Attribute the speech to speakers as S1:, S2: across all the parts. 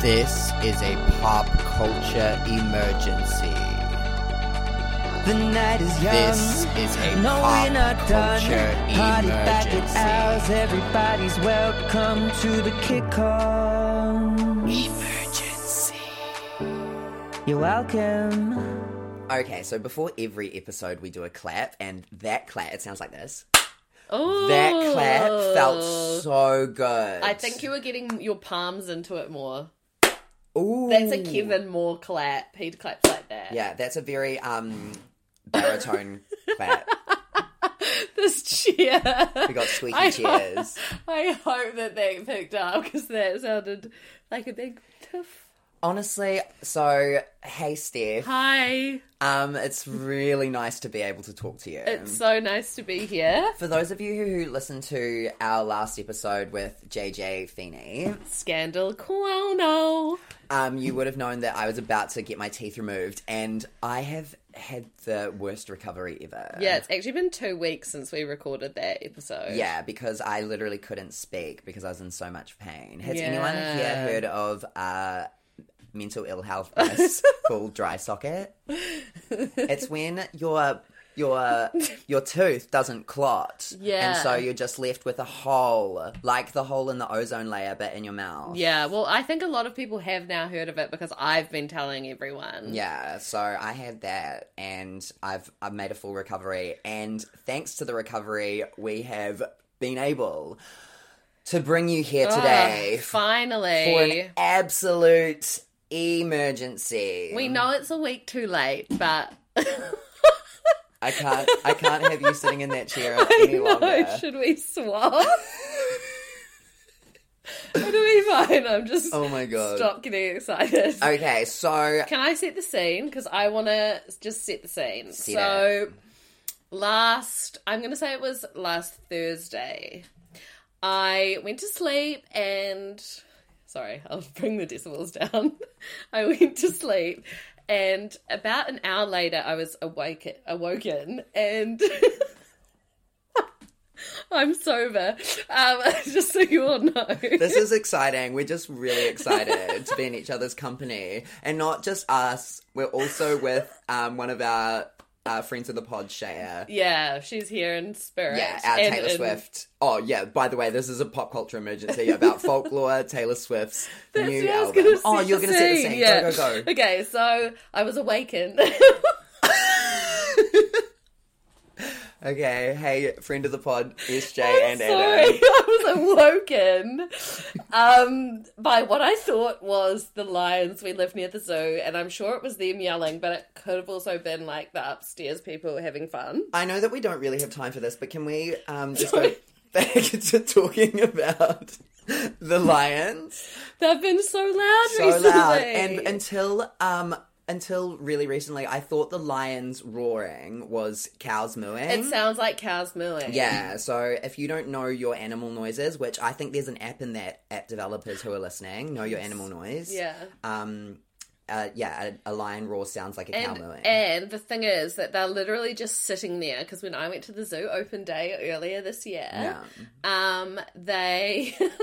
S1: This is a pop culture emergency.
S2: The night is young.
S1: This is a
S2: no,
S1: pop
S2: we're not done.
S1: culture
S2: Party back at ours.
S1: emergency.
S2: Everybody's welcome to the kick-off.
S1: Emergency.
S2: You're welcome.
S3: Okay, so before every episode, we do a clap, and that clap, it sounds like this.
S4: Oh,
S3: That clap felt so good.
S4: I think you were getting your palms into it more.
S3: Ooh.
S4: That's a Kevin Moore clap. He claps like that.
S3: Mm. Yeah, that's a very um baritone clap.
S4: This cheer.
S3: We got squeaky
S4: I hope-
S3: chairs.
S4: I hope that they picked up because that sounded like a big tiff.
S3: Honestly, so hey Steph,
S4: Hi.
S3: um, it's really nice to be able to talk to you.
S4: It's so nice to be here.
S3: For those of you who listened to our last episode with JJ Feeney,
S4: Scandal Cuono.
S3: um, you would have known that I was about to get my teeth removed, and I have had the worst recovery ever.
S4: Yeah, it's actually been two weeks since we recorded that episode.
S3: Yeah, because I literally couldn't speak because I was in so much pain. Has
S4: Yeah.
S3: anyone here heard of uh, mental ill health illness called dry socket? It's when your your your tooth doesn't clot, and
S4: Yeah.
S3: so you're just left with a hole, like the hole in the ozone layer, but in your mouth.
S4: Yeah, well, I think a lot of people have now heard of it because I've been telling everyone.
S3: Yeah, so I had that, and I've I've made a full recovery, and thanks to the recovery, we have been able to bring you here
S4: Ah,
S3: today for
S4: finally.
S3: an absolute emergency.
S4: We know it's a week too late, but
S3: I can't. I can't have you sitting in that chair any longer.
S4: no, should we swap? It'll be fine. I'm just
S3: Oh my god.
S4: stop getting excited.
S3: Okay, so
S4: Can I set the scene? Because I want to just set the scene.
S3: Set
S4: so, last, I'm going to say it was last Thursday, I went to sleep and. Sorry, I'll bring the decibels down. I went to sleep and about an hour later, I was awake, awoken and. I'm sober. Um, just so you all know.
S3: this is exciting. We're just really excited to be in each other's company, and not just us. We're also with um, one of our uh, friends of the pod, Shaya.
S4: yeah, she's here in spirit.
S3: Yeah, our
S4: and
S3: Taylor
S4: in-
S3: Swift. Oh yeah. By the way, this is a pop culture emergency about folklore, Taylor Swift's new
S4: what I was
S3: album.
S4: gonna
S3: oh,
S4: set
S3: you're
S4: the
S3: gonna set the scene.
S4: yeah.
S3: Go go go.
S4: Okay, so I was awakened.
S3: Okay. Hey, friend of the pod, SJ and
S4: Sorry,
S3: Adam.
S4: I was awoken um, by what I thought was the lions. We live near the zoo, and I'm sure it was them yelling, but it could have also been like the upstairs people having fun.
S3: I know that we don't really have time for this, but can we um, just go back to talking about the lions?
S4: They've been so loud
S3: So
S4: recently.
S3: loud, and until um, until really recently, I thought the lions roaring was cows mooing.
S4: it sounds like cows mooing.
S3: Yeah, so if you don't know your animal noises, which I think there's an app in that app developers who are listening, know your animal noise.
S4: yeah.
S3: Um uh, yeah, a, a lion roar sounds like a cow
S4: And,
S3: mooing.
S4: and the thing is that they're literally just sitting there because when I went to the zoo open day earlier this year,
S3: yeah.
S4: Um, they.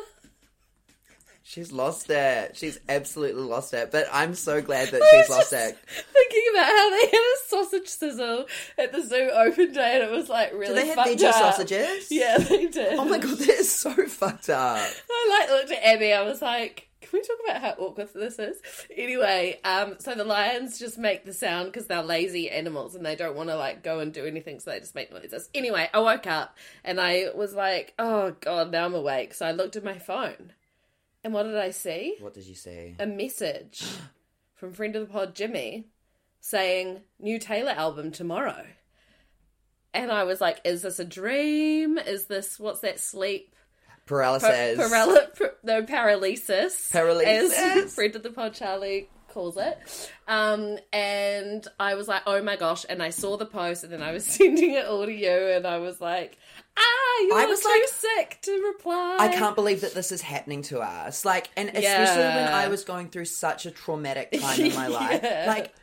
S3: She's lost it. She's absolutely lost it. But I'm so glad that
S4: I
S3: she's
S4: was
S3: lost
S4: just
S3: it.
S4: Thinking about how they had a sausage sizzle at the zoo open day, and it was like really.
S3: Do they have
S4: fucked
S3: veggie
S4: up.
S3: sausages?
S4: Yeah, they did.
S3: Oh my god, that is so fucked up.
S4: I like looked at Abby. I was like, "Can we talk about how awkward this is?" Anyway, um, so the lions just make the sound because they're lazy animals and they don't want to like go and do anything, so they just make noises. Anyway, I woke up and I was like, "Oh god, now I'm awake." So I looked at my phone, and what did I see?
S3: What did you say?
S4: a message from friend of the pod Jimmy saying new Taylor album tomorrow. And I was like, is this a dream? Is this what's that sleep pa-
S3: Paralysis.
S4: paral- par- no paralysis?
S3: Paralysis.
S4: as friend of the pod Charlie calls it. Um, and I was like, oh my gosh! And I saw the post, and then I was sending it all to you, and I was like, ah, you're
S3: I was
S4: too
S3: like-
S4: sick to reply.
S3: I can't believe that this is happening to us. Like, and especially when
S4: Yeah.
S3: I was going through such a traumatic time in my life.
S4: Yeah.
S3: Like,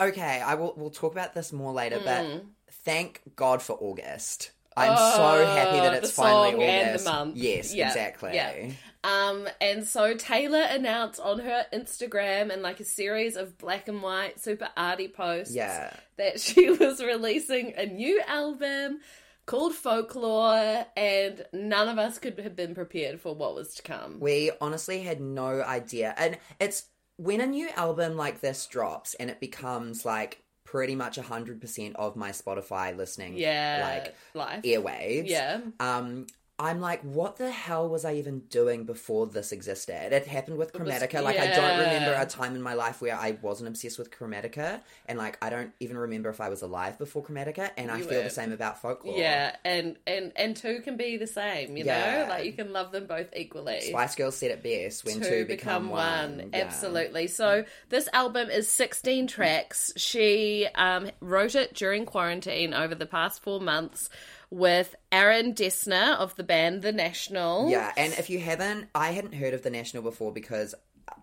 S4: Hmm.
S3: okay, I will. We'll talk about this more later. But thank God for August. I'm so happy that
S4: Uh,
S3: it's
S4: the
S3: finally
S4: song
S3: August.
S4: and the month.
S3: Yes,
S4: Yeah,
S3: exactly.
S4: yeah. Um, and so Taylor announced on her Instagram and like a series of black and white super arty posts
S3: Yeah.
S4: that she was releasing a new album called Folklore, and none of us could have been prepared for what was to come.
S3: We honestly had no idea. And it's when a new album like this drops and it becomes like pretty much 100% of my Spotify listening
S4: yeah,
S3: like
S4: life.
S3: airwaves.
S4: Yeah,
S3: Um I'm like, what the hell was I even doing before this existed? It happened with
S4: was-
S3: Chromatica. like, I don't remember
S4: yeah.
S3: a time in my life where I wasn't obsessed with Chromatica. And, like, I don't even remember if I was alive before Chromatica. And I
S4: You
S3: feel
S4: were.
S3: the same about folklore.
S4: yeah, and and and two can be the same, you
S3: Yeah.
S4: know, like you can love them both equally.
S3: Spice Girls said it best when two, become, one. Yeah.
S4: Absolutely. So this album is 16 tracks. She um, wrote it during quarantine over the past four months with Aaron Dessner of the band The National.
S3: Yeah, and if you haven't, I hadn't heard of the National before because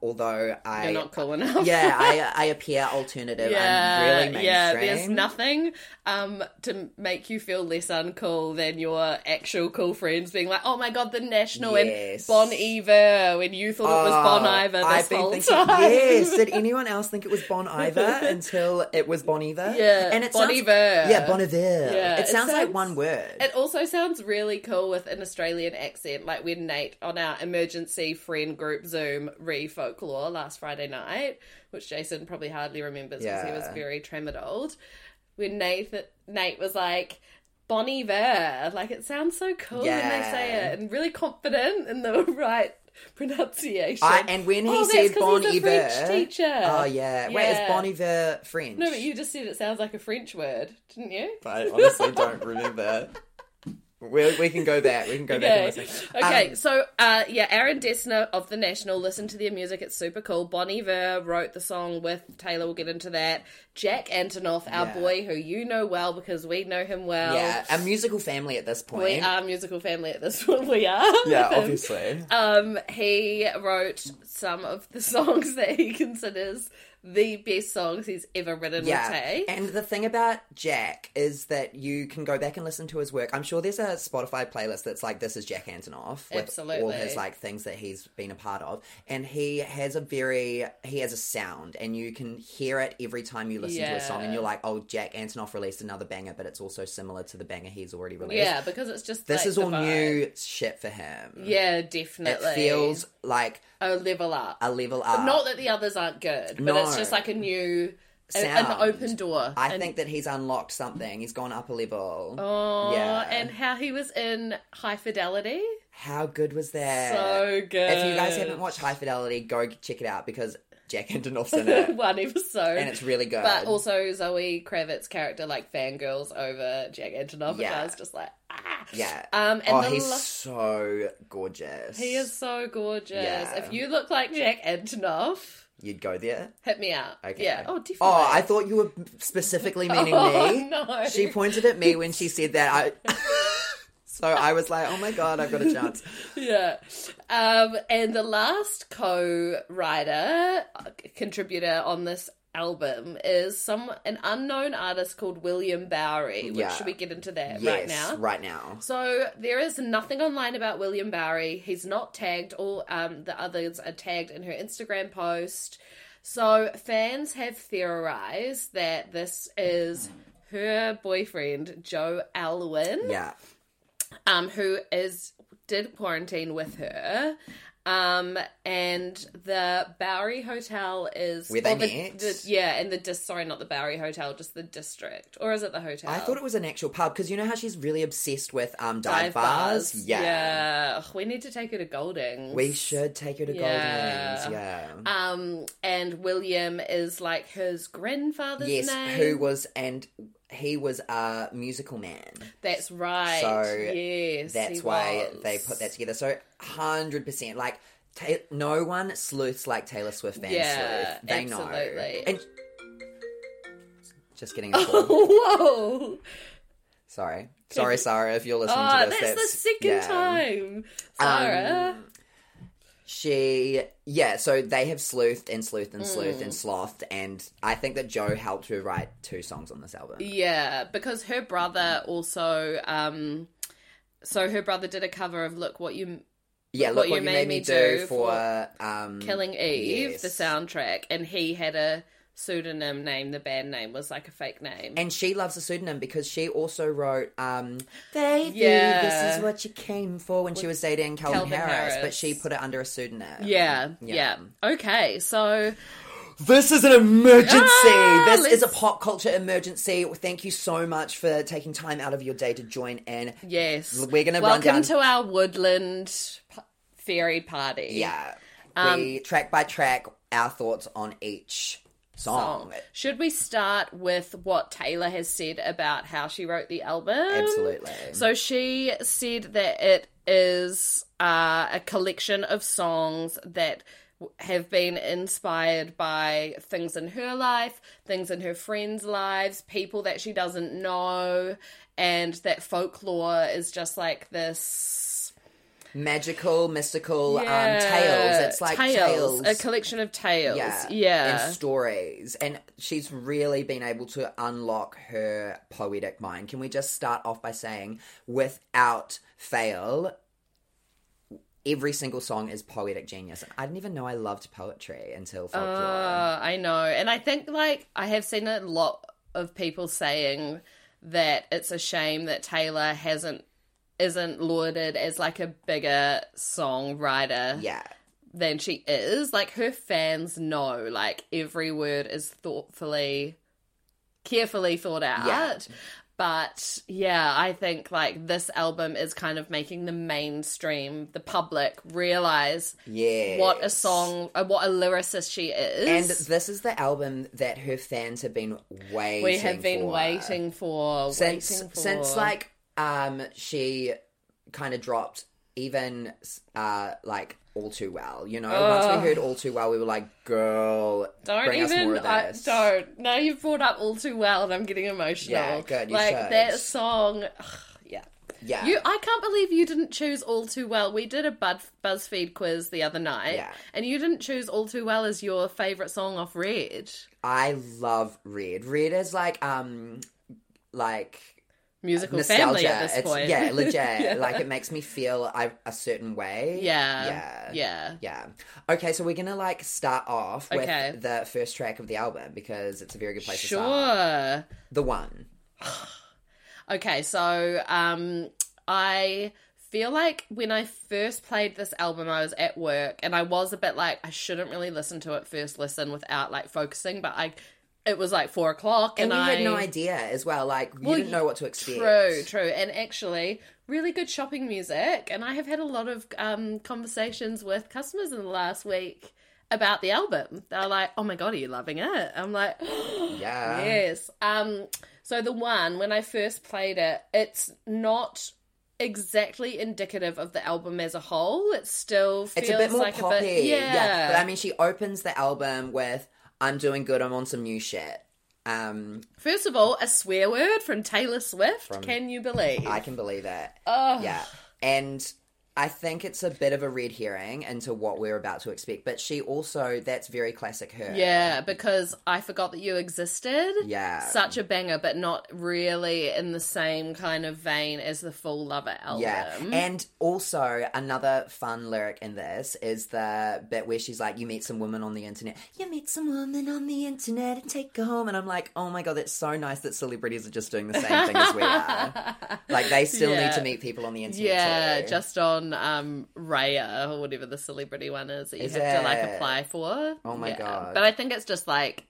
S3: although I
S4: You're not cool enough.
S3: yeah, I I appear alternative. I'm really mainstream.
S4: yeah. There's nothing um, to make you feel less uncool than your actual cool friends being like, "Oh my god, the National
S3: Yes.
S4: and Bon Iver." When you thought it was Bon
S3: Oh,
S4: Iver this whole
S3: thinking,
S4: time.
S3: Yes. Did anyone else think it was Bon Iver until it was Bon Iver?
S4: Yeah,
S3: And it
S4: Bon
S3: sounds,
S4: Iver.
S3: Yeah, Bon Iver.
S4: Yeah,
S3: it,
S4: it
S3: sounds like
S4: sounds-
S3: one word.
S4: It also sounds really cool with an Australian accent, like when Nate on our emergency friend group Zoom re folklore last Friday night, which Jason probably hardly remembers because he
S3: Yeah.
S4: was very trammed old. When Nate Nate was like Bonnie Ver, like it sounds so cool when they
S3: Yeah.
S4: say it, and really confident in the right pronunciation.
S3: I, and when he
S4: Oh, that's
S3: said
S4: 'cause
S3: Bon
S4: he's a
S3: Iver,
S4: French teacher.
S3: Oh yeah. Wait,
S4: Yeah.
S3: is Bon Iver French?
S4: no, but you just said it sounds like a French word, didn't you?
S3: I honestly don't remember. We, we can go back. We can go back. And
S4: Okay.
S3: listen.
S4: Okay.
S3: Um,
S4: so, uh, yeah, Aaron Dessner of The National, listen to their music. It's super cool. Bon Iver wrote the song with Taylor. We'll get into that. Jack Antonoff, our
S3: Yeah.
S4: boy who you know well because we know him well.
S3: yeah, a musical family at this point.
S4: We are musical family at this point. We are.
S3: Yeah,
S4: Um,
S3: obviously.
S4: Um, he wrote some of the songs that he considers the best songs he's ever written
S3: Yeah.
S4: with Tay.
S3: And the thing about Jack is that you can go back and listen to his work. I'm sure there's a Spotify playlist that's like this is Jack Antonoff with all
S4: Absolutely.
S3: his like things that he's been a part of. And he has a very he has a sound and you can hear it every time you listen to a song and
S4: Yeah.
S3: you're like, "Oh, Jack Antonoff released another banger, but it's also similar to the banger he's already released."
S4: yeah, because it's just
S3: This
S4: like,
S3: is
S4: the
S3: all
S4: vibe.
S3: new shit for him.
S4: Yeah,
S3: It
S4: definitely.
S3: feels like
S4: a level up.
S3: a level up.
S4: Not that the others aren't good, but
S3: No.
S4: it's just like a new, a- an
S3: Sound.
S4: open door.
S3: I
S4: And-
S3: think that he's unlocked something. He's gone up a level.
S4: Oh,
S3: Yeah.
S4: and how he was in High Fidelity.
S3: How good was that?
S4: So good.
S3: If you guys haven't watched High Fidelity, go check it out because Jack Antonoff's in it,
S4: one episode,
S3: and it's really good.
S4: but also Zoe Kravitz's character like fangirls over Jack Antonoff. And I
S3: Yeah.
S4: was just like, ah,
S3: yeah.
S4: Um, and
S3: oh,
S4: the
S3: he's
S4: la-
S3: so gorgeous.
S4: he is so gorgeous.
S3: Yeah.
S4: If you look like Jack Antonoff,
S3: You'd go there.
S4: hit me out.
S3: Okay.
S4: Yeah. Oh, definitely.
S3: Oh, I thought you were specifically meaning
S4: Oh,
S3: me.
S4: no.
S3: She pointed at me when she said that. I. so I was like, oh my god, I've got a chance.
S4: yeah. Um, and the last co-writer uh, contributor on this album is some an unknown artist called William Bowery, which
S3: Yeah.
S4: should we get into that
S3: yes,
S4: right now?
S3: Right now.
S4: So there is nothing online about William Bowery. He's not tagged. All um, the others are tagged in her Instagram post. So fans have theorized that this is her boyfriend Joe Alwyn
S3: Yeah.
S4: um, who is did quarantine with her. Um, and the Bowery Hotel is
S3: Where they
S4: or the,
S3: met?
S4: the- yeah, and the dis sorry, not the Bowery Hotel, just the district, or is it the hotel?
S3: I thought it was an actual pub because you know how she's really obsessed with um dive,
S4: dive bars.
S3: Yeah.
S4: yeah. Ugh, we need to take her to Goldings.
S3: We should take her to
S4: Yeah.
S3: Goldings. Yeah.
S4: Um, and William is like his grandfather's
S3: Yes,
S4: name.
S3: who was and he was a musical man.
S4: That's right.
S3: So
S4: yes,
S3: That's
S4: he
S3: why
S4: was.
S3: they put that together. So hundred percent, like ta- no one sleuths like Taylor Swift fans
S4: Yeah,
S3: sleuth. They
S4: absolutely.
S3: know. And just getting a call.
S4: Whoa!
S3: Sorry, sorry, Sarah, if you're listening
S4: Oh,
S3: to this. Um,
S4: that's, the second
S3: yeah.
S4: time,
S3: Um,
S4: Sarah.
S3: She, yeah, so they have sleuthed and sleuthed and sleuthed
S4: Mm.
S3: and slothed, and I think that Joe helped her write two songs on this album.
S4: Yeah, because her brother also. Um, so her brother did a cover of "Look What You
S3: yeah, look what, you, made, me do, for, um,
S4: Killing Eve,"
S3: yes.
S4: the soundtrack, and he had a pseudonym name. The band name was like a fake name.
S3: And she loves the pseudonym because she also wrote um, "Baby, this
S4: Yeah.
S3: is what you came for" when she was dating Calvin,
S4: Calvin
S3: Harris, but
S4: Harris.
S3: she put it under a pseudonym.
S4: yeah,
S3: Yeah.
S4: yeah, Okay, so
S3: This is an emergency.
S4: Ah,
S3: this
S4: let's-
S3: is a pop culture emergency. Thank you so much for taking time out of your day to join in.
S4: yes,
S3: We're gonna run
S4: welcome
S3: down-
S4: to our woodland p- fairy party.
S3: Yeah. Um, we track by track our thoughts on each song.
S4: Oh, Should we start with what Taylor has said about how she wrote the album?
S3: Absolutely.
S4: So she said that it is uh, a collection of songs that w- have been inspired by things in her life, things in her friends' lives, people that she doesn't know, and that folklore is just like this
S3: Magical, mystical um,
S4: Yeah,
S3: tales. It's like tales.
S4: a collection of tales. Yeah,
S3: And stories. And she's really been able to unlock her poetic mind. Can we just start off by saying, without fail, every single song is poetic genius. And I didn't even know I loved poetry until folklore.
S4: Uh, I know. And I think, like, I have seen a lot of people saying that it's a shame that Taylor hasn't isn't lauded as like a bigger songwriter
S3: yeah.
S4: than she is like her fans know like every word is thoughtfully carefully thought out
S3: Yeah.
S4: but yeah i think like this album is kind of making the mainstream the public realize
S3: Yeah.
S4: what a song, uh, what a lyricist she
S3: And
S4: is.
S3: this is the album that her fans have been waiting
S4: we have been
S3: for.
S4: waiting for
S3: since
S4: waiting for.
S3: since like um she kind of dropped even uh like all too well you know once
S4: Ugh.
S3: we heard all too well we were like girl
S4: don't
S3: bring us more
S4: even
S3: of
S4: I,
S3: this.
S4: don't. Now you've brought up all too well, and I'm getting emotional.
S3: Yeah, good, you
S4: like
S3: should.
S4: that song. ugh, yeah.
S3: yeah
S4: You, I can't believe you didn't choose All Too Well. We did a Bud, BuzzFeed quiz the other night,
S3: Yeah.
S4: and you didn't choose All Too Well as your favorite song off Red
S3: i love red red is like um like
S4: musical family
S3: nostalgia
S4: at this
S3: it's
S4: point.
S3: yeah legit like it makes me feel I, a certain way
S4: yeah,
S3: yeah
S4: yeah,
S3: yeah. Okay, so we're gonna like start off with
S4: Okay.
S3: the first track of the album because it's a very good place to start.
S4: Sure.
S3: The one.
S4: Okay, so um I feel like when I first played this album I was at work and I was a bit like I shouldn't really listen to it first listen without like focusing, but I it was like four o'clock
S3: And
S4: and,
S3: you
S4: I
S3: had no idea as well. Like you
S4: Well,
S3: didn't know what to expect.
S4: True, true. And actually, really good shopping music. And I have had a lot of um, conversations with customers in the last week about the album. They're like, oh my God, are you loving it? I'm like,
S3: Yeah.
S4: Yes. Um. So the one when I first played it, it's not exactly indicative of the album as a whole. It still feels
S3: It's a bit more
S4: like
S3: poppy.
S4: a bit yeah.
S3: But I mean, she opens the album with "I'm doing good. I'm on some new shit." Um,
S4: First of all, a swear word from Taylor Swift. Can you believe?
S3: I can believe it.
S4: oh,
S3: Yeah, and I think it's a bit of a red herring into what we're about to expect. But she also—that's very classic her.
S4: yeah. Because I forgot that you existed.
S3: Yeah.
S4: Such a banger, but not really in the same kind of vein as the Full Lover album.
S3: Yeah. And also another fun lyric in this is the bit where she's like, You meet some woman on the internet. You meet some woman on the internet and take her home and I'm like, Oh my god, that's so nice that celebrities are just doing the same thing as we are. Like they still need
S4: Yeah.
S3: to meet people on the internet.
S4: Yeah,
S3: too.
S4: just on um Raya or whatever the celebrity one is that you
S3: Is
S4: have to like
S3: it?
S4: apply for.
S3: Oh my
S4: Yeah.
S3: God.
S4: But I think it's just like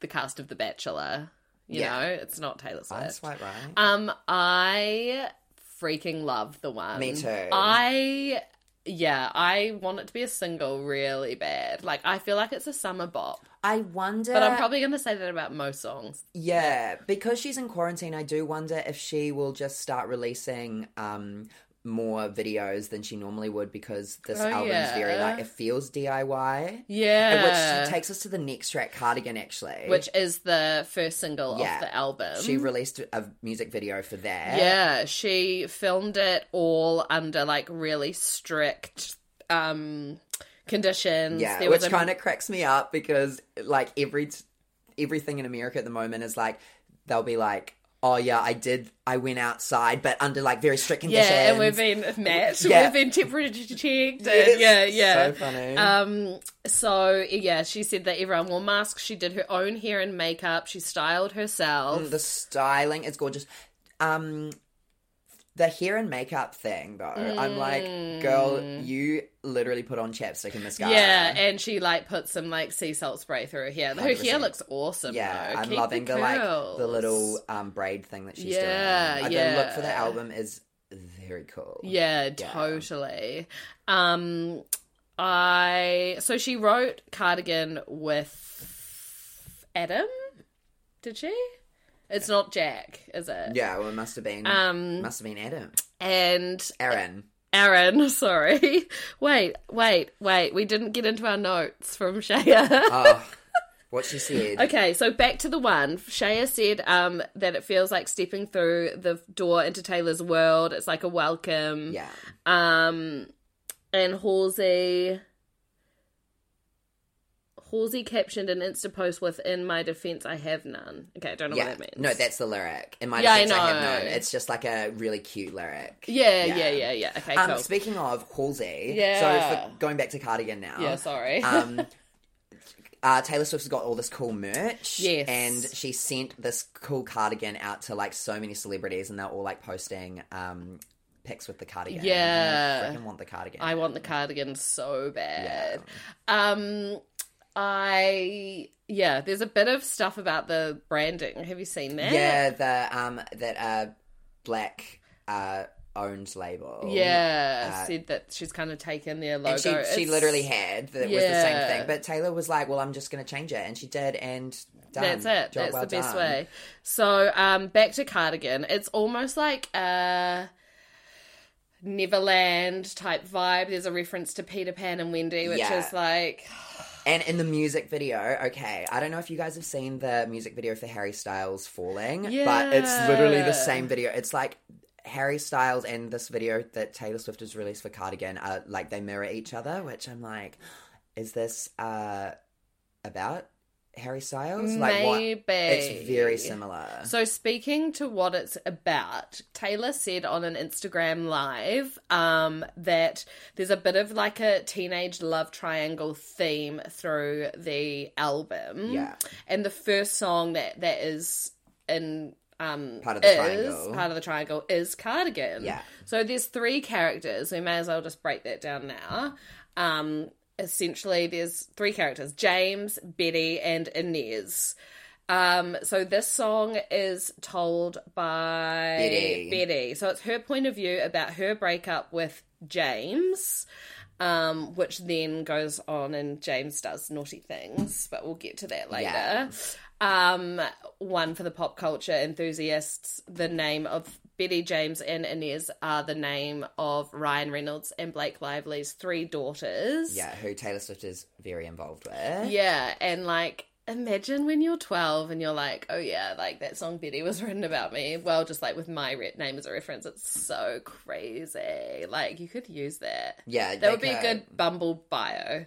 S4: the cast of The Bachelor. You
S3: Yeah.
S4: know, it's not Taylor Swift.
S3: that's quite right.
S4: Um, I freaking love the one.
S3: Me too.
S4: I yeah, I want it to be a single really bad. Like I feel like it's a summer bop.
S3: I wonder
S4: But I'm probably gonna say that about most songs.
S3: Yeah, because she's in quarantine, I do wonder if she will just start releasing um more videos than she normally would because this
S4: Oh,
S3: album's very
S4: yeah.
S3: like it feels DIY.
S4: Yeah.
S3: Which takes us to the next track, Cardigan, actually.
S4: Uh, which um, is the first single
S3: Yeah.
S4: of the album.
S3: she released a music video for that.
S4: Yeah, she filmed it all under like really strict um conditions.
S3: Yeah,
S4: There was
S3: which
S4: a-
S3: kind of cracks me up because like every t- everything in America at the moment is like they'll be like, "Oh yeah, I did. I went outside, but under like very strict
S4: yeah,
S3: conditions."
S4: and we've been matched.
S3: Yeah.
S4: We've been temperature checked.
S3: Yes,
S4: and- Yeah, yeah.
S3: So funny.
S4: Um, so yeah, she said that everyone wore masks. She did her own hair and makeup. She styled herself.
S3: Mm, the styling is gorgeous. Um, the hair and makeup thing though, I'm like, girl, you literally put on chapstick and mascara.
S4: Hmm. Yeah, and she like put some like sea salt spray through her hair. Her hair
S3: 100%.
S4: looks awesome.
S3: Yeah,
S4: though.
S3: I'm
S4: Keep
S3: loving the, like the
S4: curls.
S3: little um braid thing that she's
S4: Yeah,
S3: doing. Uh, The look for the
S4: yeah.
S3: album is very cool.
S4: Yeah, totally. Um, I so she wrote cardigan with Adam. Did she? It's not Jack, is it?
S3: Yeah, well, it must have been
S4: Um,
S3: must have been Adam,
S4: and
S3: Aaron.
S4: Aaron, sorry. Wait, wait, wait. We didn't get into our notes from Shaya.
S3: Oh, what she said.
S4: okay, so back to the one. Shaya said um, that it feels like stepping through the door into Taylor's world. It's like a welcome.
S3: Yeah,
S4: Um, and Halsey. Halsey captioned an Insta post with "In my defense, I have none." Okay, I don't know
S3: yeah.
S4: what that means.
S3: No, that's the lyric. In my
S4: Yeah, I
S3: defense, I, have
S4: know.
S3: known. It's just like a really cute lyric.
S4: yeah, yeah,
S3: Yeah.
S4: yeah, yeah. Okay,
S3: Um,
S4: cool.
S3: speaking of Halsey,
S4: Yeah.
S3: So for, going back to Cardigan now.
S4: yeah, sorry.
S3: um, uh, Taylor Swift's got all this cool merch.
S4: Yes.
S3: And she sent this cool cardigan out to like so many celebrities, and they're all like posting um, pics with the cardigan.
S4: Yeah.
S3: I freaking want the cardigan.
S4: I want the cardigan so bad. Um, I yeah. There's a bit of stuff about the branding. Have you seen that?
S3: Yeah, the um that uh black uh owned label.
S4: Yeah,
S3: Uh,
S4: said that she's kind of taken their logo.
S3: And she, she
S4: It's-
S3: literally had that it was the same
S4: Yeah.
S3: thing. But Taylor was like, Well, I'm just gonna change it and she did and done.
S4: That's it.
S3: Job
S4: That's
S3: well
S4: the best
S3: done.
S4: way. So, um, back to cardigan. It's almost like a Neverland type vibe. There's a reference to Peter Pan and Wendy, which
S3: Yeah.
S4: is like,
S3: And in the music video, okay, I don't know if you guys have seen the music video for Harry Styles Falling, but
S4: Yeah.
S3: it's literally the same video. It's like Harry Styles and this video that Taylor Swift has released for Cardigan are like they mirror each other, which I'm like, is this uh about Harry Styles? Like
S4: maybe
S3: It's very similar.
S4: So, speaking to what it's about, Taylor said on an Instagram live um, that there's a bit of like a teenage love triangle theme through the album.
S3: Yeah.
S4: And the first song that that is in um
S3: Part of the
S4: is
S3: triangle.
S4: part of the triangle is Cardigan.
S3: Yeah.
S4: So there's three characters. We may as well just break that down now. Um essentially there's three characters, James, Betty, and Inez. Um, so this song is told by
S3: Betty.
S4: Betty. So it's her point of view about her breakup with James, um, which then goes on and James does naughty things, but we'll get to that later.
S3: Yeah.
S4: Um, one for the pop culture enthusiasts, the name of Betty James and Inez are the name of Ryan Reynolds and Blake Lively's three daughters.
S3: yeah, who Taylor Swift is very involved with.
S4: Yeah, and like imagine when you're 12 and you're like, oh yeah, like that song Betty was written about me. Well, just like with my re- name as a reference, it's so crazy. Like you could use that.
S3: Yeah,
S4: That
S3: they
S4: would be a
S3: could-
S4: good Bumble bio.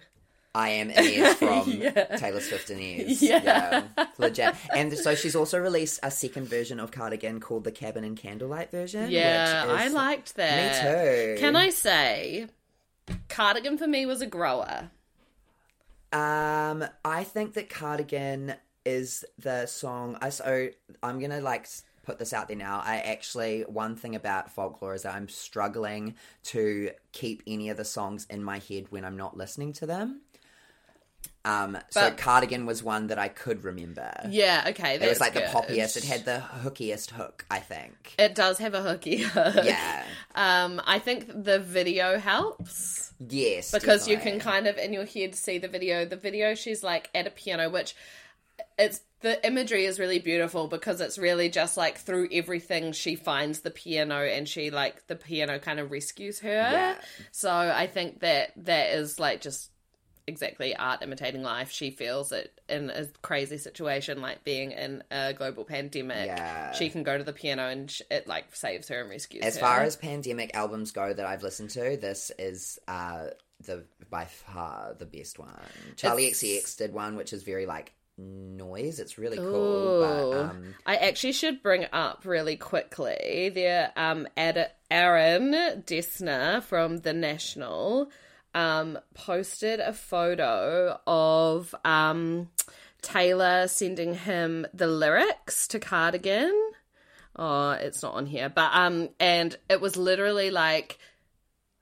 S3: I am Inez from
S4: Yeah.
S3: Taylor Swift Inez.
S4: Yeah.
S3: Yeah. Legit. And so she's also released a second version of Cardigan called the Cabin and Candlelight version.
S4: Yeah,
S3: which
S4: I
S3: is-
S4: liked that.
S3: Me too.
S4: Can I say, Cardigan for me was a grower.
S3: Um, I think that Cardigan is the song. I so I'm gonna like s- put this out there now. I actually one thing about folklore is that I'm struggling to keep any of the songs in my head when I'm not listening to them. Um, so
S4: But-
S3: Cardigan was one that I could remember.
S4: Yeah, okay. That's
S3: It was like
S4: good.
S3: the poppiest. It had the hookiest hook, I think.
S4: It does have a hooky.
S3: Yeah.
S4: Um, I think the video helps.
S3: Yes.
S4: because you can
S3: definitely.
S4: kind of in your head see the video. The video she's like at a piano, which it's the imagery is really beautiful because it's really just like through everything she finds the piano and she like the piano kind of rescues her.
S3: Yeah.
S4: So I think that that is like just exactly art imitating life. She feels it in a crazy situation like being in a global pandemic.
S3: Yeah.
S4: She can go to the piano and sh- it like saves her and rescues
S3: As
S4: her.
S3: far as pandemic albums go that I've listened to, this is uh the by far the best one. Charlie
S4: It's-
S3: XCX did one, which is very like noise. It's really cool,
S4: Ooh.
S3: but um,
S4: I actually should bring up really quickly there um Ad- Aaron Desner from The National um posted a photo of um Taylor sending him the lyrics to Cardigan. Oh, it's not on here, but um and it was literally like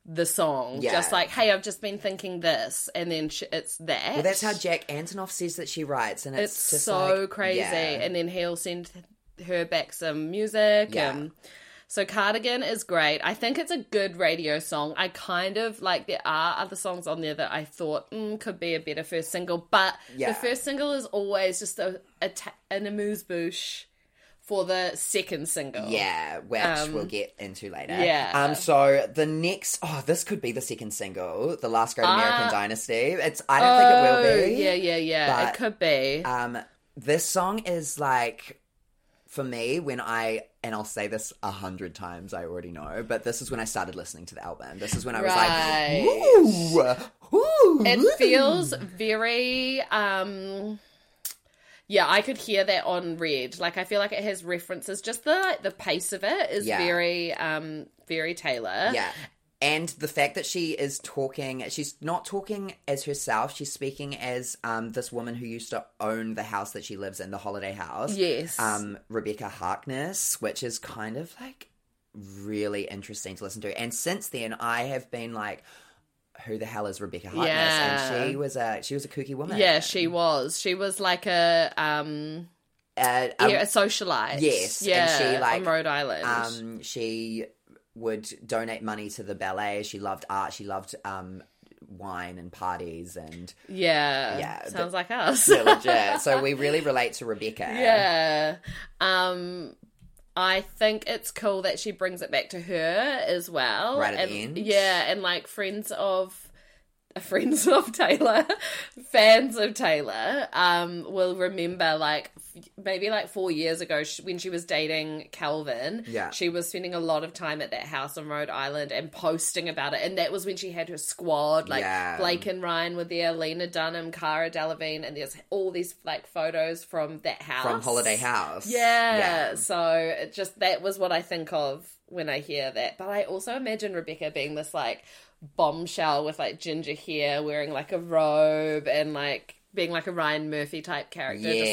S4: the song,
S3: Yeah.
S4: just like, hey, I've just been thinking this, and then sh- it's that.
S3: well, that's how Jack Antonoff says that she writes, and it's,
S4: It's
S3: just
S4: so
S3: like,
S4: crazy.
S3: yeah.
S4: And then he'll send her back some music.
S3: Yeah.
S4: Um, so Cardigan is great. I think it's a good radio song. I kind of like there are other songs on there that I thought mm, could be a better first single, but
S3: Yeah.
S4: the first single is always just a, a ta- an amuse bouche for the second single.
S3: Yeah, which we'll get into later.
S4: um, yeah.
S3: Um. So the next, oh, this could be the second single, "The Last Great American
S4: Ah.
S3: Dynasty." It's. I don't think it will be.
S4: Oh, Yeah, yeah, yeah.
S3: But-
S4: it could be.
S3: Um, this song is like for me when I and I'll say this a hundred times. I already know, but this is when I started listening to the album. This is when I was
S4: Right.
S3: like, "Ooh, ooh, ooh."
S4: It feels very um yeah, I could hear that on red. Like I feel like it has references. Just the like, the pace of it is
S3: Yeah.
S4: very um very Taylor.
S3: yeah." And the fact that she is talking, she's not talking as herself. She's speaking as um, this woman who used to own the house that she lives in, the holiday house.
S4: Yes.
S3: um, Rebecca Harkness, which is kind of like really interesting to listen to. And since then, I have been like, who the hell is Rebecca Harkness?
S4: Yeah.
S3: And she was a she was a kooky woman.
S4: yeah, she was. She was like a um,
S3: Uh, um,
S4: yeah, a socialite.
S3: yes, and
S4: Yeah.
S3: she, like,
S4: on Rhode Island.
S3: um, she would donate money to the ballet. She loved art. She loved um, wine and parties and
S4: yeah.
S3: yeah,
S4: Sounds like us.
S3: yeah, legit. so we really relate to Rebecca.
S4: Yeah. Um I think it's cool that she brings it back to her as well.
S3: Right at
S4: and,
S3: the end.
S4: Yeah, and like friends of friends of Taylor, fans of Taylor, um, will remember like f- maybe like four years ago sh when she was dating Calvin.
S3: Yeah.
S4: she was spending a lot of time at that house on Rhode Island and posting about it, and that was when she had her squad. Like
S3: Yeah.
S4: Blake and Ryan were there, Lena Dunham, Cara Delevingne, and there's all these like photos from that house
S3: from Holiday House.
S4: yeah,
S3: Yeah.
S4: So it just that was what I think of when I hear that. But I also imagine Rebecca being this like bombshell with like ginger hair, wearing like a robe and like being like a Ryan Murphy type character,
S3: Yes.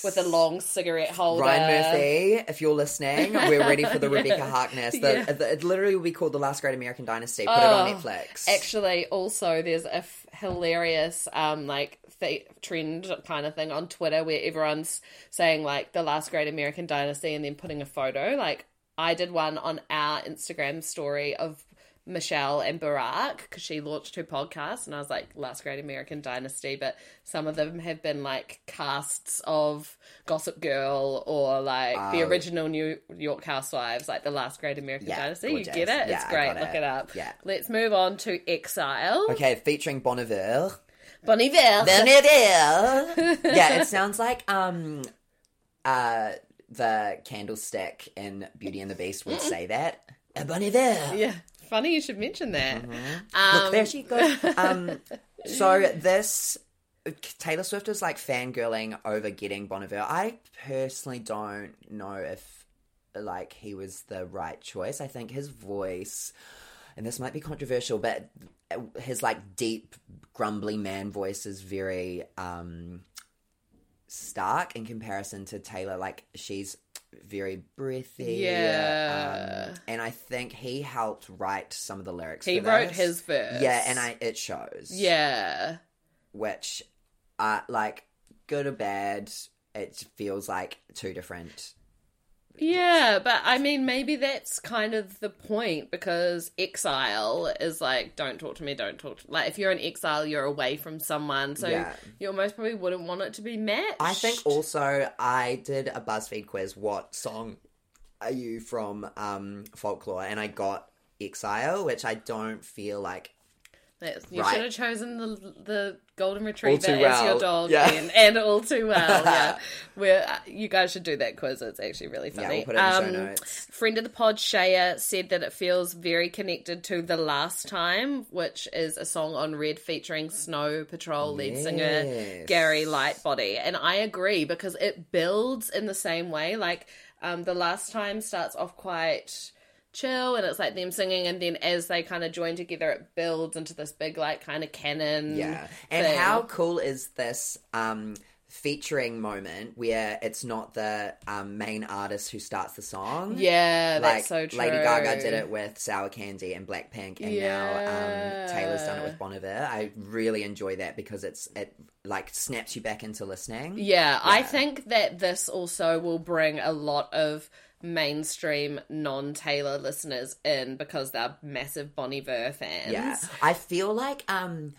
S4: just like with a long cigarette holder.
S3: Ryan Murphy, if you're listening, we're ready for the
S4: Yeah.
S3: Rebecca Harkness. The,
S4: Yeah.
S3: the- it literally will be called The Last Great American Dynasty. Put it on
S4: Oh,
S3: Netflix.
S4: Actually, also there's a f- hilarious um like th- trend kind of thing on Twitter where everyone's saying like the last great American dynasty and then putting a photo. Like I did one on our Instagram story of Michelle and Barack because she launched her podcast and I was like last great American dynasty, but some of them have been like casts of Gossip Girl or like the
S3: Oh.
S4: original New York Housewives, like the last great American
S3: Yeah,
S4: dynasty.
S3: gorgeous.
S4: You get it?
S3: Yeah,
S4: it's
S3: I
S4: great.
S3: got
S4: Look
S3: it.
S4: it up.
S3: Yeah.
S4: Let's move on to Exile.
S3: okay, featuring Bon Iver.
S4: Bonivere.
S3: Bon Iver. yeah, it sounds like um, uh, the candlestick in Beauty and the Beast would say that. Uh, Bon Iver.
S4: yeah. Funny you should mention that.
S3: Mm-hmm. Look,
S4: Um,
S3: there she goes. Um, so this Taylor Swift is like fangirling over getting Bon Iver. I personally don't know if like he was the right choice. I think his voice, and this might be controversial, but his like deep grumbly man voice is very um stark in comparison to Taylor. Like she's very breathy.
S4: Yeah.
S3: um, and I think he helped write some of the lyrics.
S4: he
S3: for
S4: wrote
S3: this.
S4: his verse.
S3: Yeah, and I it shows.
S4: Yeah.
S3: Which uh like good or bad, it feels like two different
S4: Yeah, but I mean, maybe that's kind of the point because exile is like, don't talk to me, don't talk to Like, if you're in exile, you're away from someone. So
S3: Yeah.
S4: you almost probably wouldn't want it to be matched.
S3: I think also I did a BuzzFeed quiz what song are you from um folklore and I got Exile, which I don't feel like
S4: That's- You
S3: Right.
S4: should have chosen the the golden retriever
S3: Too
S4: as
S3: Well.
S4: your dog,
S3: Yeah.
S4: Ian, and all too well. Yeah, We're, uh, you guys should do that quiz. It's actually really
S3: Yeah,
S4: funny.
S3: we'll put it in the show
S4: Um,
S3: notes.
S4: Friend of the pod, Shaya, said that it feels very connected to the last time, which is a song on Red featuring Snow Patrol lead singer
S3: Yes.
S4: Gary Lightbody, and I agree because it builds in the same way. Like um, the last time starts off quite chill and it's like them singing and then as they kind of join together it builds into this big like kind of canon
S3: Yeah. And
S4: thing.
S3: how cool is this um featuring moment where it's not the um, main artist who starts the song?
S4: yeah
S3: Like
S4: that's so true
S3: Lady Gaga did it with Sour Candy and Blackpink, and now um, Taylor's done it
S4: Yeah.
S3: with Bon Iver. I really enjoy that because it's it like snaps you back into listening.
S4: Yeah, I think that this also will bring a lot of mainstream non-Taylor listeners in because they're massive Bon Iver fans.
S3: Yeah. I feel like um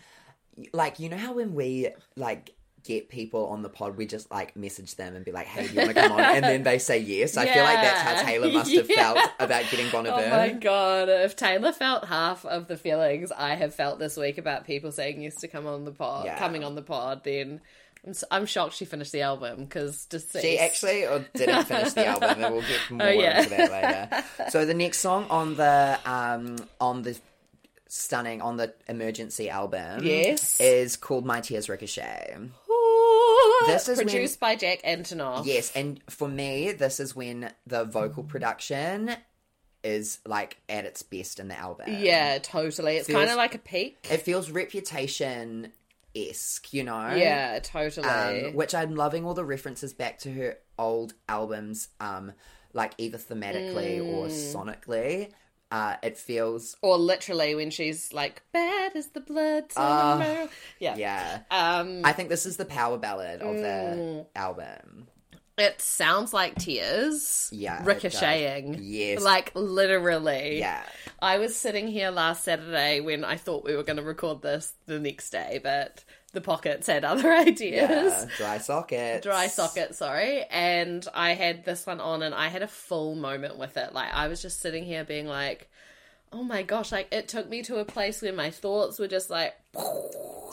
S3: like you know how when we like get people on the pod we just like message them and be like hey do you want to come on and then they say yes i feel like that's how
S4: Yeah.
S3: taylor must have
S4: Yeah.
S3: felt about getting bon
S4: Oh
S3: Iver.
S4: my god, if Taylor felt half of the feelings I have felt this week about people saying yes to come on the pod,
S3: Yeah.
S4: coming on the pod, then I'm, s am shocked she finished the album because deceased.
S3: she actually or didn't finish the album and we'll get more
S4: Oh, yeah.
S3: into that later so the next song on the um on the stunning on the emergency album
S4: Yes.
S3: is called my tears ricochet This is when-
S4: produced by Jack Antonoff.
S3: Yes, and for me, this is when the vocal production is like at its best in the album.
S4: Yeah, totally. It's
S3: Feels-
S4: kind of like a peak.
S3: It feels reputation esque, you know?
S4: Yeah, totally.
S3: Um, which I'm loving all the references back to her old albums, um, like either thematically or
S4: Mm.
S3: sonically. Uh, it feels,
S4: or literally when she's like, "Bad as the blood." to
S3: Ah.
S4: the marrow." yeah.
S3: yeah.
S4: Um,
S3: I think this is the power ballad of
S4: Mm.
S3: the album.
S4: it sounds like tears.
S3: Yeah, it
S4: ricocheting.
S3: does. Yes.
S4: like literally.
S3: Yeah.
S4: I was sitting here last Saturday when I thought we were going to record this the next day, but the pockets had other ideas.
S3: Yeah. Dry socket.
S4: Dry socket, sorry. And I had this one on and I had a full moment with it. Like I was just sitting here being like, oh my gosh, like it took me to a place where my thoughts were just like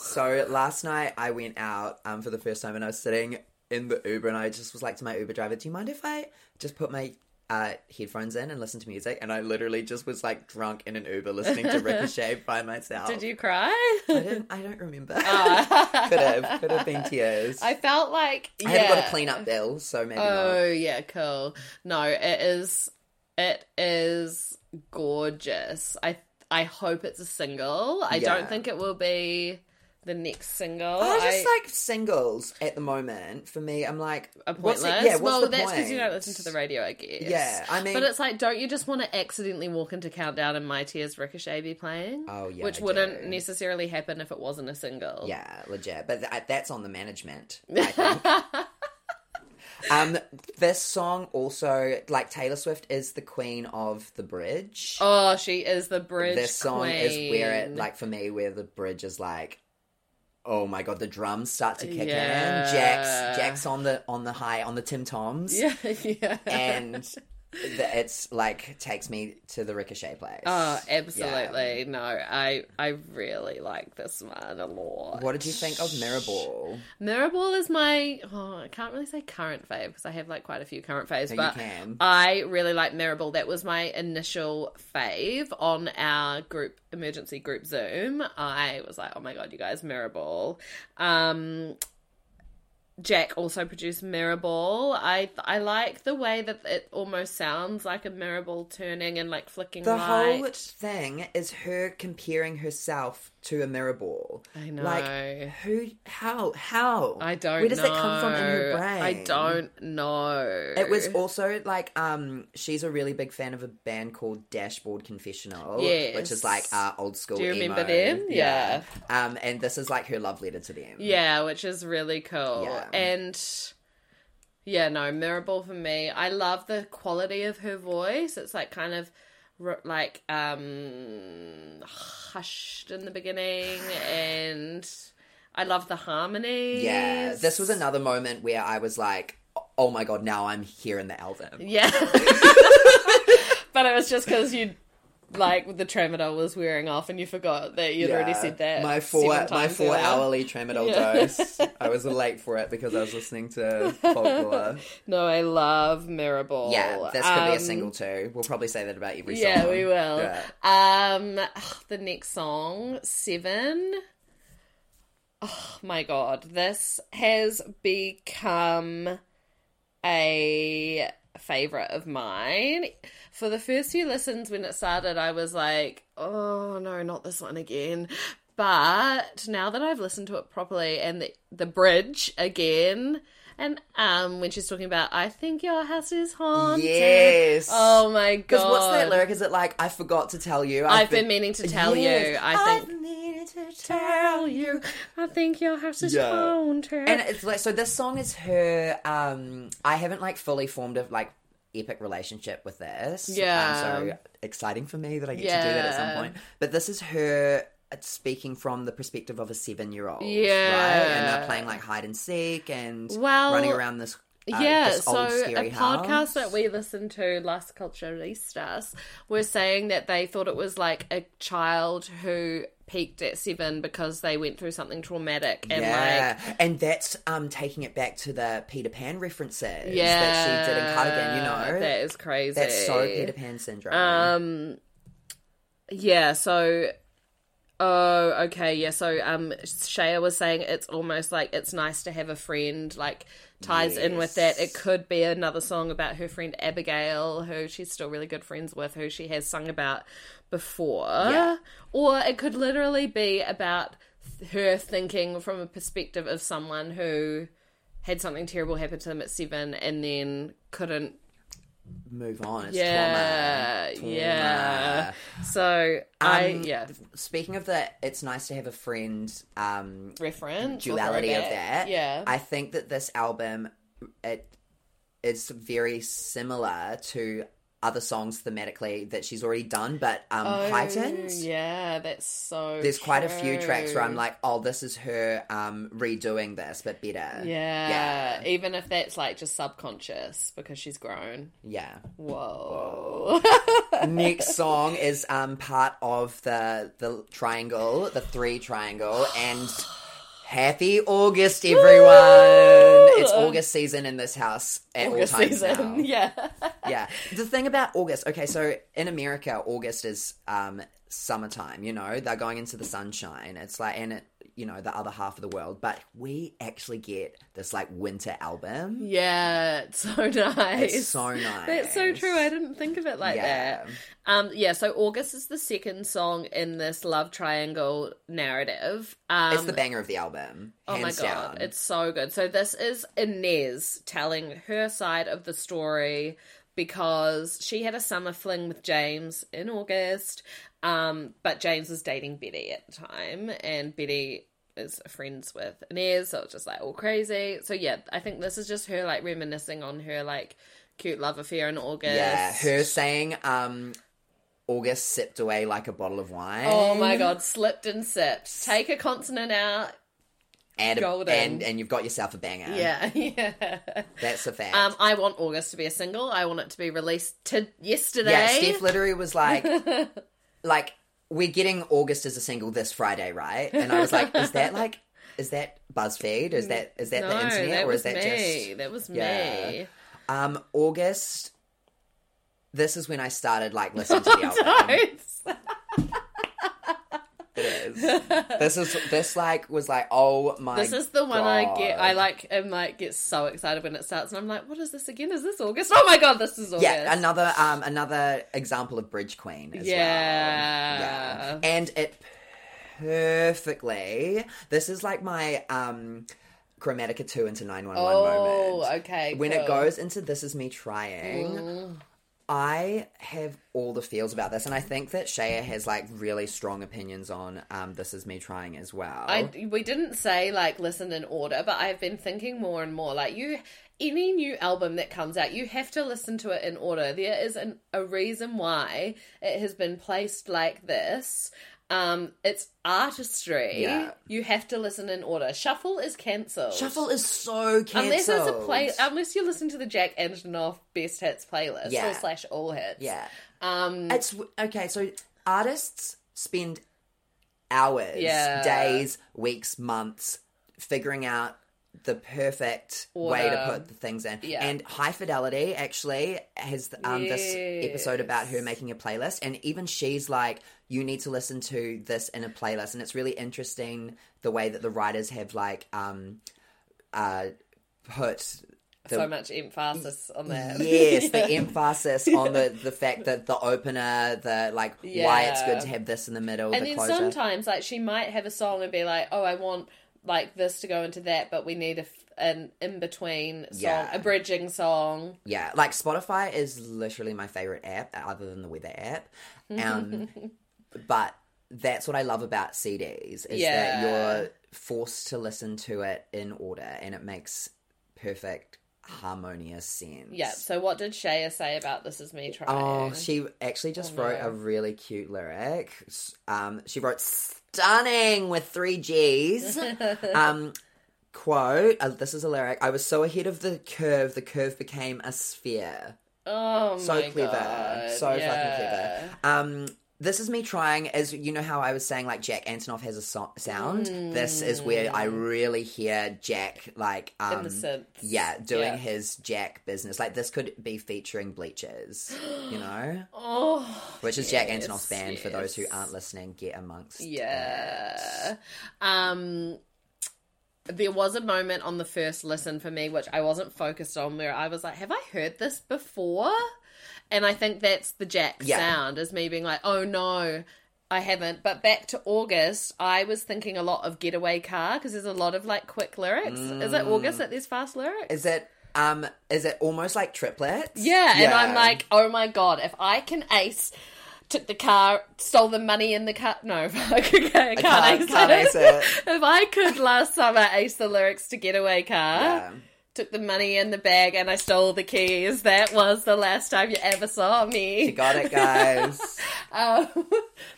S3: So last night I went out um, for the first time and I was sitting in the Uber and I just was like to my Uber driver, do you mind if I just put my uh, headphones in and listen to music? And I literally just was like drunk in an Uber listening to Ricochet by myself.
S4: Did you cry?
S3: Oh. I, didn't, I don't remember. could have. Could have been tears.
S4: Ah. I
S3: I,
S4: felt like yeah.
S3: haven't got a clean up bill, so maybe
S4: Oh
S3: not.
S4: yeah, cool. No, it is it is gorgeous. I I hope it's a single. I
S3: Yeah.
S4: don't think it will be the next single.
S3: I just
S4: I-
S3: like singles at the moment. For me, I'm like,
S4: a
S3: what's
S4: pointless.
S3: the- yeah, what's
S4: well,
S3: the
S4: that's because you don't
S3: point?
S4: listen to the radio, I guess.
S3: Yeah, I mean-
S4: but it's like, don't you just want to accidentally walk into Countdown and My Tears Ricochet be playing?
S3: Oh, yeah,
S4: which
S3: I
S4: wouldn't
S3: do.
S4: necessarily happen if it wasn't a single.
S3: Yeah, legit. But th- that's on the management. I think. um, this song also, like Taylor Swift, is the queen of the bridge.
S4: Oh, she is the bridge.
S3: this song is where it,
S4: queen.
S3: like for me, where the bridge is like. Oh my god, the drums start to kick
S4: Yeah.
S3: in. Jack's Jack's on the on the high on the Tim Toms.
S4: yeah, yeah.
S3: And the, it's like takes me to the ricochet place.
S4: Oh, absolutely. No, I I really like this one a lot.
S3: What did you think of Mirrorball?
S4: Mirrorball is my oh, I can't really say current fave because I have like quite a few current faves,
S3: No, you
S4: but
S3: can.
S4: I really like Mirrorball. That was my initial fave on our group emergency group Zoom. I was like, oh my god, you guys, Mirrorball. Um, Jack also produced Mirrorball. I I like the way that it almost sounds like a Mirrorball turning and like flicking
S3: The
S4: light.
S3: whole thing is her comparing herself to a mirror ball.
S4: I know.
S3: Like who? How? How?
S4: I don't.
S3: Where does
S4: know.
S3: that come from in her brain?
S4: I don't know.
S3: It was also like um she's a really big fan of a band called Dashboard Confessional, which is
S4: Yes.
S3: like uh, old school.
S4: Do you remember
S3: emo.
S4: them? Yeah.
S3: Um, and this is like her love letter to them.
S4: Yeah, which is really cool.
S3: Yeah.
S4: And yeah, no, Mirable for me. I love the quality of her voice. It's like kind of r- like um hushed in the beginning and I love the harmonies.
S3: Yeah. This was another moment where I was like, oh my god, now I'm here in the album.
S4: Yeah. but it was just cuz you like with the tramadol was wearing off, and you forgot that you'd already
S3: Yeah.
S4: said that.
S3: My four
S4: seven
S3: my
S4: times
S3: four
S4: earlier.
S3: hourly tramadol
S4: Yeah.
S3: dose. I was late for it because I was listening to folklore.
S4: No, I love Mirable.
S3: Yeah, this could be a
S4: Um,
S3: single too. We'll probably say that about every song.
S4: Yeah, we will.
S3: Yeah.
S4: Um, ugh, the next song, Seven. Oh my god, this has become a favorite of mine. For the first few listens when it started, I was like, oh no, not this one again. But now that I've listened to it properly and the, the bridge again, and um, when she's talking about, I think your house is haunted.
S3: Yes.
S4: Oh my god.
S3: Because what's that lyric? Is it like I forgot to tell you?
S4: I've been meaning to tell you. I
S3: I've
S4: think.
S3: needed to tell you.
S4: I think your house is
S3: Yeah.
S4: haunted.
S3: And it's like so. This song is her. Um, I haven't like fully formed a like epic relationship with this.
S4: Yeah.
S3: Um, so exciting for me that I get to do that at
S4: Yeah.
S3: some point. But this is her uh, speaking from the perspective of a seven-year-old. Right. And
S4: Yeah.
S3: they're playing like hide and seek and
S4: Well,
S3: running around this. Uh,
S4: yeah,
S3: this
S4: so
S3: old
S4: a
S3: scary
S4: podcast
S3: house.
S4: that we listened to, Las Culturistas, were saying that they thought it was like a child who peaked at seven because they went through something traumatic and like
S3: yeah, and that's um taking it back to the Peter Pan references
S4: yeah,
S3: that she did in Cardigan. You know,
S4: that is crazy.
S3: that's so Peter Pan syndrome.
S4: Um, yeah. So, oh, okay, yeah. So, um, Shaya was saying it's almost like it's nice to have a friend. Like ties in with that. It could be another song about her friend Abigail, who she's still really good friends with, who she has sung about before,
S3: Yeah.
S4: or it could literally be about th- her thinking from a perspective of someone who had something terrible happen to them at seven and then couldn't
S3: Move on. It's
S4: yeah,
S3: trauma. Trauma.
S4: yeah. So I
S3: Um,
S4: yeah
S3: Speaking of the, it's nice to have a friend. Um,
S4: reference or
S3: duality of
S4: throwback.
S3: that.
S4: Yeah,
S3: I think that this album it is very similar to other songs thematically that she's already done, but um,
S4: Oh,
S3: heightened.
S4: Yeah, that's so.
S3: There's quite a few tracks where I'm
S4: true.
S3: like, oh, this is her um, redoing this, but better.
S4: Yeah,
S3: Yeah.
S4: even if that's like just subconscious because she's grown.
S3: Yeah.
S4: Whoa.
S3: Next song is um, part of the the triangle, the three triangle, and happy August, everyone! It's August season in this house at
S4: August
S3: all times
S4: season.
S3: now.
S4: Yeah.
S3: yeah. The thing about August, okay, so in America, August is um, summertime, you know, they're going into the sunshine. It's like, and it, you know, the other half of the world, but we actually get this like winter album.
S4: Yeah, it's so nice.
S3: It's so nice.
S4: That's so true. I didn't think of it like
S3: Yeah.
S4: that. Um, yeah, so August is the second song in this love triangle narrative. Um,
S3: It's the banger of the album.
S4: Oh my
S3: hands
S4: god,
S3: down.
S4: it's so good. So this is Inez telling her side of the story because she had a summer fling with James in August. Um, but James was dating Betty at the time and Betty is friends with Inez, so it's just like all crazy. So yeah, I think this is just her like reminiscing on her like cute love affair in August.
S3: Yeah, her saying um, August sipped away like a bottle of wine.
S4: Oh my god, slipped and sipped. Take a consonant out.
S3: and, a-
S4: golden.
S3: and and you've got yourself a banger.
S4: Yeah, yeah.
S3: that's a fact.
S4: Um, I want August to be a single. I want it to be released to yesterday.
S3: yeah, Steph literally was like, like we're getting August as a single this Friday, right? And I was like, is that like, is that BuzzFeed? Is that is that
S4: no,
S3: the internet,
S4: that
S3: or
S4: was
S3: is that
S4: me.
S3: just
S4: That was
S3: Yeah.
S4: me.
S3: um August? This is when I started like listening to the album. It is. This is this like was like oh my.
S4: This is the one I get. I
S3: God.
S4: like am like get so excited when it starts, and I'm like, "What is this again? Is this August? Oh my god, this is August!"
S3: Yeah, another um another example of Bridge Queen as
S4: Yeah.
S3: well. Yeah. And it perfectly this is like my um Chromatica 2 into 911
S4: Oh,
S3: moment.
S4: okay.
S3: When it
S4: cool.
S3: goes into This Is Me Trying, I have all the feels about this, and I think that Shaya has like really strong opinions on um, This Is Me Trying as well.
S4: I we didn't say like listen in order, but I've been thinking more and more like you any new album that comes out, you have to listen to it in order. There is an, a reason why it has been placed like this. Um, it's artistry.
S3: Yeah.
S4: You have to listen in order. Shuffle is cancelled.
S3: Shuffle is so cancelled.
S4: Unless it's a play, unless you listen to the Jack Antonoff Best Hits playlist
S3: Yeah.
S4: or slash all hits.
S3: yeah.
S4: Um,
S3: It's okay. So artists spend hours,
S4: Yeah.
S3: days, weeks, months figuring out the perfect way to
S4: Order.
S3: put the things in.
S4: Yeah.
S3: And High Fidelity actually has um, this episode about her making a playlist, and even she's like, "You need to listen to this in a playlist," and it's really interesting the way that the writers have like um, uh, put
S4: so much emphasis on that.
S3: Yes, the emphasis on the the fact that the opener, the like why it's good
S4: Yeah.
S3: to have this in the middle,
S4: and
S3: the
S4: then
S3: closure.
S4: sometimes like she might have a song and be like oh i want like this to go into that but we need a f- an in-between song
S3: Yeah.
S4: a bridging song
S3: yeah, like Spotify is literally my favorite app uh, other than the weather app. Um but that's what I love about CDs is that
S4: Yeah.
S3: you're forced to listen to it in order and it makes perfect harmonious sense.
S4: yeah so what did shaya say about this is me trying
S3: Oh, she actually just
S4: Oh,
S3: wrote a really cute lyric. S- Um, she wrote "stunning" with three G's. um, quote: uh, This is a lyric. I was so ahead of the curve, the curve became a sphere.
S4: oh
S3: So
S4: my
S3: clever,
S4: God.
S3: so
S4: Yeah.
S3: fucking clever. Um, this is me trying. As you know how I was saying, like Jack Antonoff has a so- sound. This is where I really hear Jack, like um,
S4: Mm. in the synth
S3: yeah, doing
S4: Yeah.
S3: his Jack business. Like this could be featuring Bleachers, you know.
S4: oh
S3: Which is Jack Antonoff's band, for those who
S4: yes.
S3: aren't listening, get amongst.
S4: Yeah. Um there was a moment on the first listen for me which I wasn't focused on where I was like, have I heard this before? And I think that's the Jack
S3: Yeah.
S4: sound is me being like, oh no, I haven't. But back to August, I was thinking a lot of Getaway Car because there's a lot of like quick lyrics. Is
S3: Mm.
S4: it August that there's fast lyrics?
S3: Is it um is it almost like triplets?
S4: Yeah, and I'm like, oh my god, if I can ace took the car, stole the money in the car. No, fuck, okay, I can't,
S3: can't-
S4: ace,
S3: can't
S4: it.
S3: ace it.
S4: if I could last summer ace the lyrics to Getaway Car,
S3: Yeah.
S4: took the money in the bag and I stole the keys, that was the last time you ever saw me.
S3: You got it, guys.
S4: Um,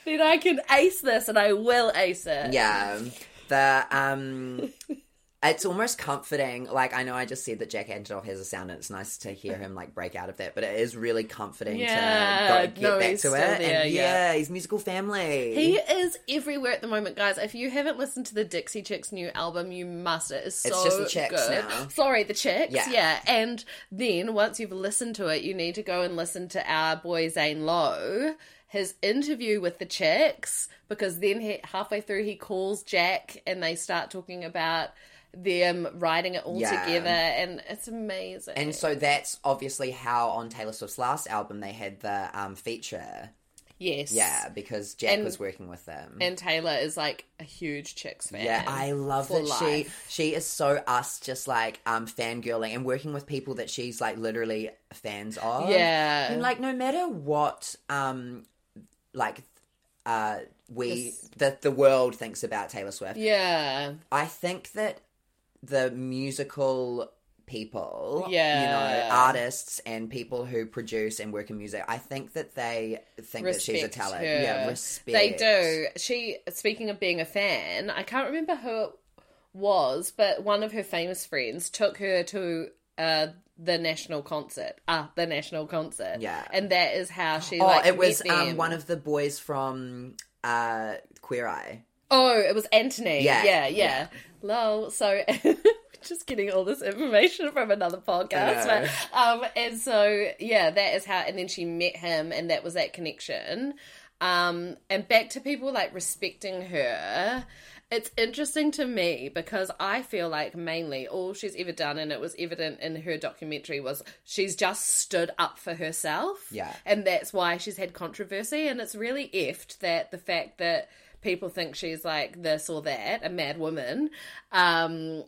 S4: then I can ace this and I will ace it.
S3: yeah. The um it's almost comforting. Like I know I just said that Jack Antonoff has a sound and it's nice to hear him like break out of that, but it is really comforting
S4: Yeah,
S3: to go, get
S4: no,
S3: back
S4: he's
S3: to it.
S4: still there,
S3: and
S4: yeah.
S3: yeah. he's musical family.
S4: He is everywhere at the moment, guys. If you haven't listened to the Dixie Chicks new album, you must. It is so
S3: It's just the Chicks
S4: good.
S3: now.
S4: Sorry, the Chicks. Yeah.
S3: Yeah.
S4: And then once you've listened to it, you need to go and listen to our boy Zane Lowe, his interview with the Chicks, because then he, halfway through he calls Jack and they start talking about them writing it all
S3: Yeah.
S4: together, and it's amazing.
S3: and so that's obviously how on Taylor Swift's last album they had the um feature.
S4: yes,
S3: Yeah, because Jack
S4: And-
S3: was working with them.
S4: And Taylor is like a huge Chicks fan.
S3: Yeah, I love
S4: for
S3: that
S4: life.
S3: she she is so us, just like um fangirling and working with people that she's like literally fans of.
S4: Yeah.
S3: and like no matter what, um, like uh, we
S4: Yes.
S3: that the world thinks about Taylor Swift.
S4: Yeah.
S3: I think that the musical people, you
S4: Yeah.
S3: know, artists and people who produce and work in music, I think that they think that she's a
S4: Respect
S3: talent.
S4: her.
S3: Yeah, respect.
S4: They do. She, speaking of being a fan, I can't remember who it was, but one of her famous friends took her to uh, the national concert. Ah, the national concert.
S3: Yeah.
S4: and that is how she.
S3: Oh,
S4: like,
S3: it was
S4: met
S3: um,
S4: them.
S3: one of the boys from uh, Queer Eye.
S4: Oh, it was Anthony.
S3: Yeah,
S4: Yeah, yeah. Lol. So just getting all this information from another podcast.
S3: I know.
S4: But, um, and so yeah, that is how. And then she met him, and that was that connection. Um, and back to people like respecting her. It's interesting to me because I feel like mainly all she's ever done, and it was evident in her documentary, was she's just stood up for herself
S3: Yeah.
S4: and that's why she's had controversy and it's really effed that the fact that people think she's like this or that a mad woman um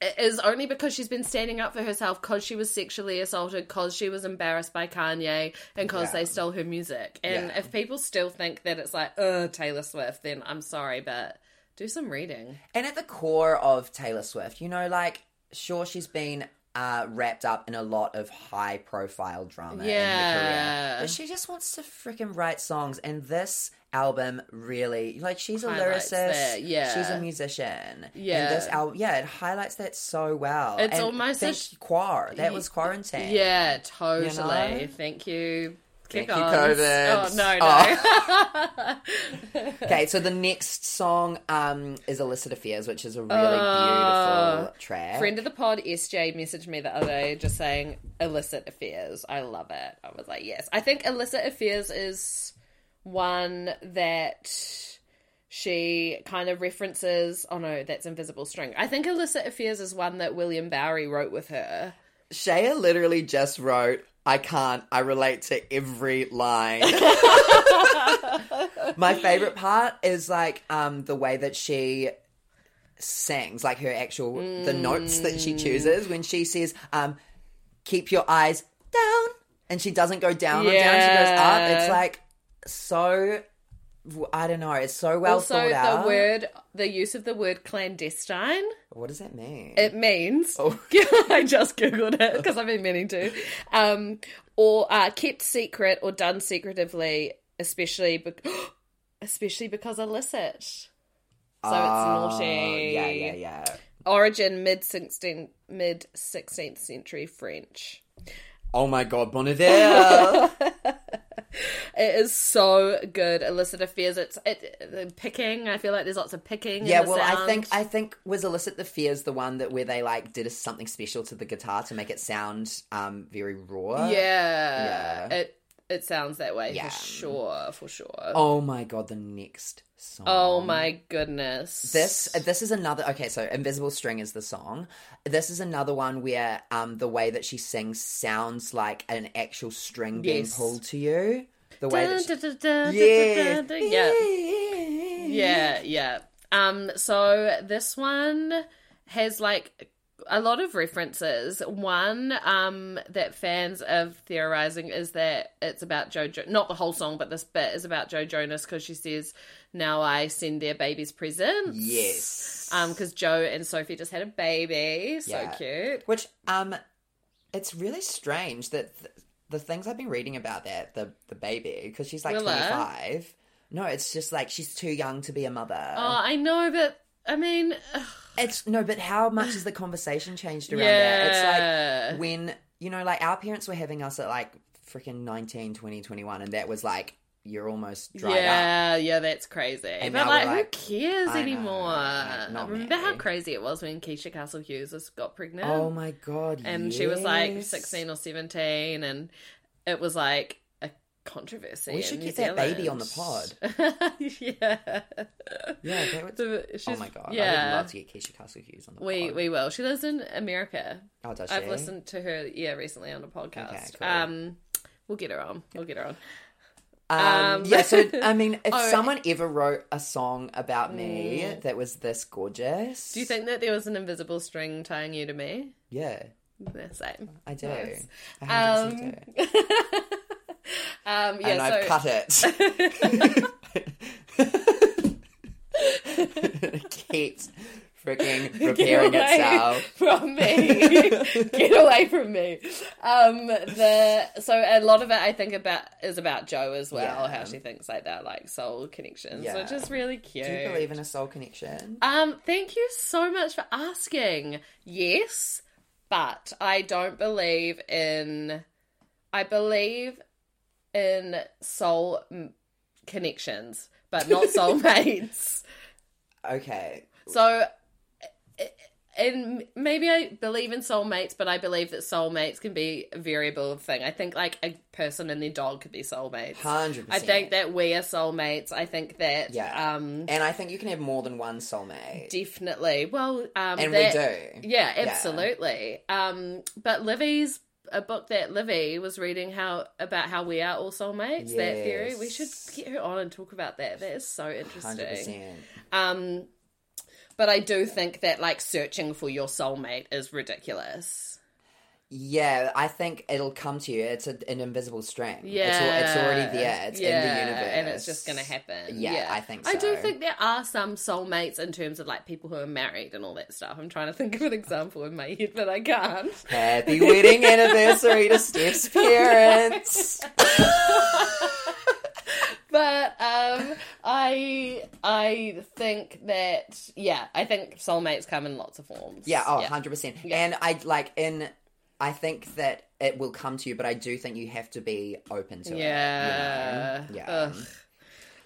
S4: it is only because she's been standing up for herself because she was sexually assaulted because she was embarrassed by kanye and because
S3: Yeah.
S4: they stole her music and
S3: Yeah.
S4: if people still think that it's like uh taylor swift then i'm sorry but do some reading
S3: And at the core of Taylor Swift, you know, like, sure, she's been uh, wrapped up in a lot of high profile drama in her career.
S4: Yeah.
S3: But she just wants to freaking write songs, and this album really like she's a
S4: Highlights
S3: lyricist,
S4: that, yeah.
S3: she's a musician,
S4: Yeah.
S3: And this album, yeah, it highlights that so well.
S4: It's
S3: And
S4: almost a
S3: thank
S4: sh-
S3: you, Quar. That was quarantine.
S4: Yeah, totally.
S3: You know?
S4: Thank you.
S3: Thank
S4: Kick
S3: you,
S4: on.
S3: COVID.
S4: Oh no, no.
S3: Okay, so the next song um, is Illicit Affairs, which is a really
S4: Oh.
S3: beautiful track.
S4: Friend of the pod, SJ, messaged me the other day just saying illicit affairs. I love it. I was like, yes. I think illicit affairs is one that she kind of references. Oh no, that's Invisible String. I think illicit affairs is one that William Bowery wrote with her.
S3: Shaya literally just wrote, I can't, I relate to every line. My favorite part is like um the way that she sings, like her actual the notes that
S4: Mm.
S3: she chooses when she says, um, keep your eyes down and she doesn't go down or down, she goes up. It's
S4: Yeah.
S3: like so I don't know, it's so well
S4: Also,
S3: thought out.
S4: the word, the use of the word clandestine,
S3: what does that mean?
S4: it means.
S3: Oh.
S4: I just googled it because I've been meaning to. Um, or uh, kept secret or done secretively, especially, be- especially because illicit. So it's naughty.
S3: Ah, Yeah, yeah, yeah.
S4: Origin mid sixteenth mid sixteenth century French.
S3: Oh my god, Bonadilla.
S4: It is so good. Illicit affairs. It's it, the picking. I feel like there's lots of picking. in
S3: Yeah,
S4: the
S3: well, I
S4: sound.
S3: think I think was "Illicit the Fears" the one that where they like did a, something special to the guitar to make it sound um very raw.
S4: yeah,
S3: Yeah.
S4: It it sounds that way
S3: Yeah.
S4: for sure. For sure. Oh,
S3: Oh my god, the next song.
S4: my goodness.
S3: This this is another okay. So "Invisible String" is the song. This is another one where um the way that she sings sounds like an actual string being
S4: Yes.
S3: pulled to you. The way
S4: Dun,
S3: that she,
S4: dun, dun, dun,
S3: yeah.
S4: dun, dun, dun. yeah. Yeah, yeah. Um, so this one has like a lot of references. One um, that fans of theorizing is that it's about Joe, jo- not the whole song, but this bit is about Joe Jonas because she says, "Now I send their babies presents."
S3: Yes.
S4: Um, because Joe and Sophie just had a baby. So
S3: Yeah.
S4: cute.
S3: Which um, it's really strange that th- the things I've been reading about that the the baby because she's like
S4: Willa?
S3: twenty five. No, it's just like she's too young to be a mother.
S4: Oh, I know, but I mean,
S3: It's no, but how much has the conversation changed around that? It's
S4: yeah.
S3: like when you know, like our parents were having us at like freaking 19, 20, 21, and that was like you're almost dried up.
S4: yeah, yeah, that's crazy.
S3: now
S4: but
S3: we're
S4: like,
S3: like,
S4: who cares
S3: I know,
S4: anymore?
S3: like, not
S4: Remember how
S3: me.
S4: crazy it was when Keisha Castle Hughes was- got pregnant,
S3: Oh my god!
S4: and she was like
S3: yes.
S4: sixteen or seventeen, and it was like a controversy.
S3: We
S4: in
S3: should
S4: New
S3: get that baby on the
S4: Zealand. yeah,
S3: Yeah, that would-
S4: The-
S3: oh
S4: she's-
S3: my god!
S4: Yeah,
S3: I would love to get Keisha Castle Hughes on the
S4: we
S3: pod.
S4: we will. She lives in America.
S3: oh, does
S4: I've
S3: she?
S4: listened to her yeah recently on a podcast.
S3: cool.
S4: Um, we'll get her on. We'll get her on.
S3: Um,
S4: Um,
S3: yeah, so I mean, if
S4: oh,
S3: someone ever wrote a song about me that was this gorgeous,
S4: Mm. Do you think that there was an invisible string tying you to me?
S3: Yeah,
S4: The same.
S3: I do.
S4: Nice.
S3: I
S4: Um,
S3: 100% do.
S4: Um, yeah,
S3: and I've
S4: so
S3: cut it. Keeps freaking repairing
S4: away
S3: itself.
S4: from me. Get away from me. Um, the so a lot of it I think about is about Joe as well,
S3: Yeah.
S4: how she thinks like that, like soul connections,
S3: Yeah.
S4: which is really cute.
S3: Do you believe in a soul connection?
S4: Um, thank you so much for asking. Yes, but I don't believe in. I believe in soul mm, connections, but not soulmates.
S3: Okay.
S4: So, and maybe I believe in soulmates, but I believe that soulmates can be a variable thing. I think like a person and their dog could be soulmates.
S3: 100%.
S4: I think that we are soulmates. I think that
S3: Yeah.
S4: um
S3: and I think you can have more than one soulmate.
S4: definitely. Well, um,
S3: and
S4: that,
S3: we do.
S4: Yeah, absolutely. Um, but Livy's a book that Livy was reading how about how we are all soulmates. That theory. We should
S3: Yes.
S4: get her on and talk about that. That is so interesting.
S3: 100%.
S4: Um, but I do think that like searching for your soulmate is ridiculous.
S3: Yeah, I think it'll come to you. It's a, an invisible string.
S4: Yeah,
S3: It's, al- it's already there. It's in the
S4: Yeah,
S3: universe.
S4: and it's just gonna happen.
S3: Yeah, I think
S4: I
S3: so.
S4: do think there are some soulmates in terms of like people who are married and all that stuff. I'm trying to think of an example in my head, but I can't.
S3: Happy wedding anniversary to Steph's parents.
S4: But um, I I think that yeah, I think soulmates come in lots of forms.
S3: Yeah, oh, 100%.
S4: Yeah.
S3: And I like in I think that it will come to you, but I do think you have to be open to
S4: yeah,
S3: it. you know? Yeah.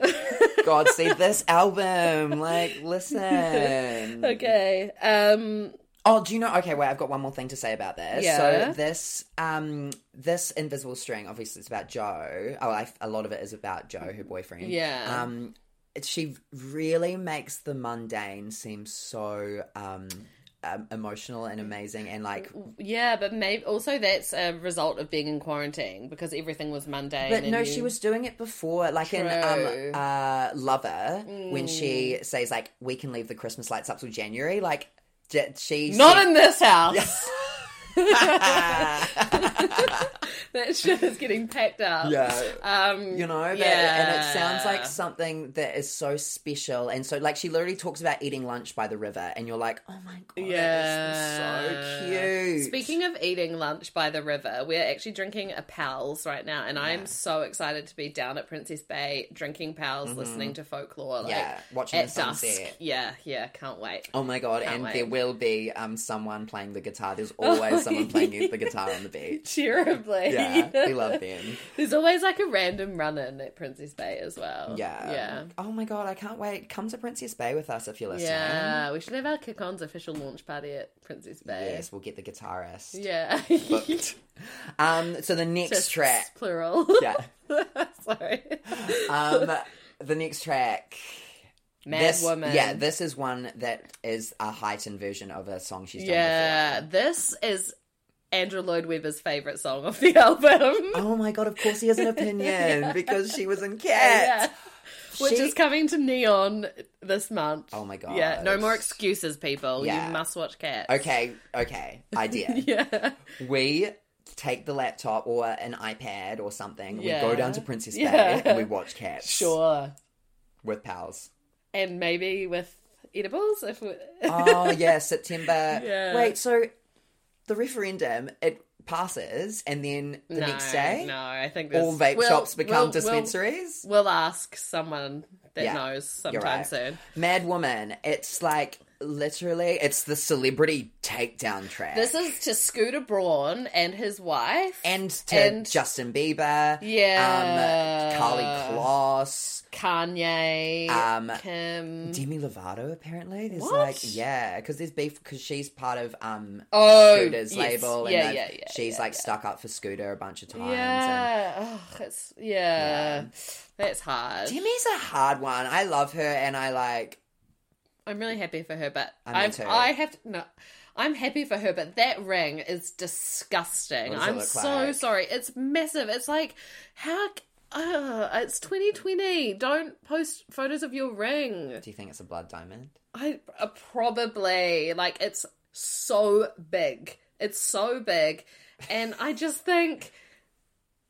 S4: Ugh.
S3: God see this album. Like, listen.
S4: Okay. Um.
S3: Oh, do you know? Okay, wait. I've got one more thing to say about this.
S4: Yeah.
S3: So this, um, this invisible string. Obviously, it's about Joe. Oh, I, a lot of it is about Joe, her boyfriend.
S4: Yeah.
S3: Um, it- she really makes the mundane seem so um, um emotional and amazing, and like,
S4: Yeah, but maybe also that's a result of being in quarantine because everything was mundane.
S3: but
S4: and
S3: no,
S4: you-
S3: she was doing it before, like in
S4: mm. True. Mm.
S3: um, uh, Lover, when she says like, "We can leave the Christmas lights up till January." Like, j- she
S4: not
S3: said-
S4: in this house. that shit is getting packed up.
S3: Yeah.
S4: Um,
S3: you know that, and it sounds like something that is so special and so like she literally talks about eating lunch by the river and you're like oh my god yeah
S4: Yeah.
S3: so cute
S4: Speaking of eating lunch by the river, we're actually drinking a Pals right now, and I'm so excited to be down at Princess Bay drinking Pals, listening to folklore. Like,
S3: Mm-hmm. Yeah, watching
S4: at
S3: the sunset.
S4: dusk. Yeah, yeah, can't wait.
S3: oh my god and
S4: wait.
S3: there will be um someone playing the guitar there's always someone playing the guitar on the beach
S4: Cheerably.
S3: yeah we love them
S4: There's always like a random run in at Princess Bay as well.
S3: yeah
S4: Yeah.
S3: oh my god i can't wait come to princess bay with us if you're listening
S4: Yeah. We should have our kick on's official launch party at Princess Bay.
S3: yes we'll get the guitarist
S4: Yeah.
S3: um so the next
S4: Just
S3: track
S4: Plural.
S3: yeah
S4: Sorry.
S3: um the next track
S4: Mad
S3: this,
S4: Woman.
S3: Yeah, this is one that is a heightened version of a song she's done
S4: Yeah, this is Andrew Lloyd Webber's favorite song of the album,
S3: before. Oh my god, of course he has an opinion because she was in
S4: Yeah.
S3: Cats.
S4: which
S3: She-
S4: is coming to Neon this month.
S3: Oh my god.
S4: Yeah, no more excuses, people.
S3: Yeah.
S4: You must watch Cats.
S3: Okay, okay. Idea.
S4: Yeah.
S3: We take the laptop or an iPad or something.
S4: Yeah.
S3: We go down to Princess Bay
S4: Yeah.
S3: and we watch Cats.
S4: Sure.
S3: With pals.
S4: And maybe with edibles if we...
S3: Oh yeah, September.
S4: Yeah.
S3: Wait, so the referendum it passes and then the
S4: No,
S3: next day
S4: No, I think
S3: all
S4: this-
S3: vape
S4: we'll-
S3: shops become
S4: we'll- we'll-
S3: dispensaries.
S4: We'll, ask someone that
S3: Yeah,
S4: knows
S3: You're
S4: sometime
S3: right.
S4: soon.
S3: Mad Woman. It's like literally, it's the celebrity takedown track.
S4: This is to Scooter Braun and his wife.
S3: and to
S4: and-
S3: Justin Bieber,
S4: Yeah.
S3: um, Carly Kloss,
S4: Kanye,
S3: Um,
S4: Kim.
S3: Demi Lovato. Apparently, there's
S4: What?
S3: like yeah, because there's beef because she's part of um
S4: Oh,
S3: Scooter's
S4: yes.
S3: label, and
S4: Yeah,
S3: they've-
S4: yeah, yeah,
S3: she's
S4: yeah,
S3: like stuck up for Scooter a bunch of times. And,
S4: yeah, Ugh, it's yeah, that's hard.
S3: Demi's a hard one. I love her, and I like
S4: I'm really happy for her, but
S3: I mean
S4: I'm,
S3: too.
S4: I have to, no. I'm happy for her, but that ring is disgusting.
S3: What does it
S4: I'm
S3: look
S4: so
S3: like?
S4: sorry. It's massive. It's like how. c- Uh, it's 2020. Don't post photos of your ring.
S3: Do you think it's a blood diamond?
S4: I uh, probably like it's so big. It's so big, and I just think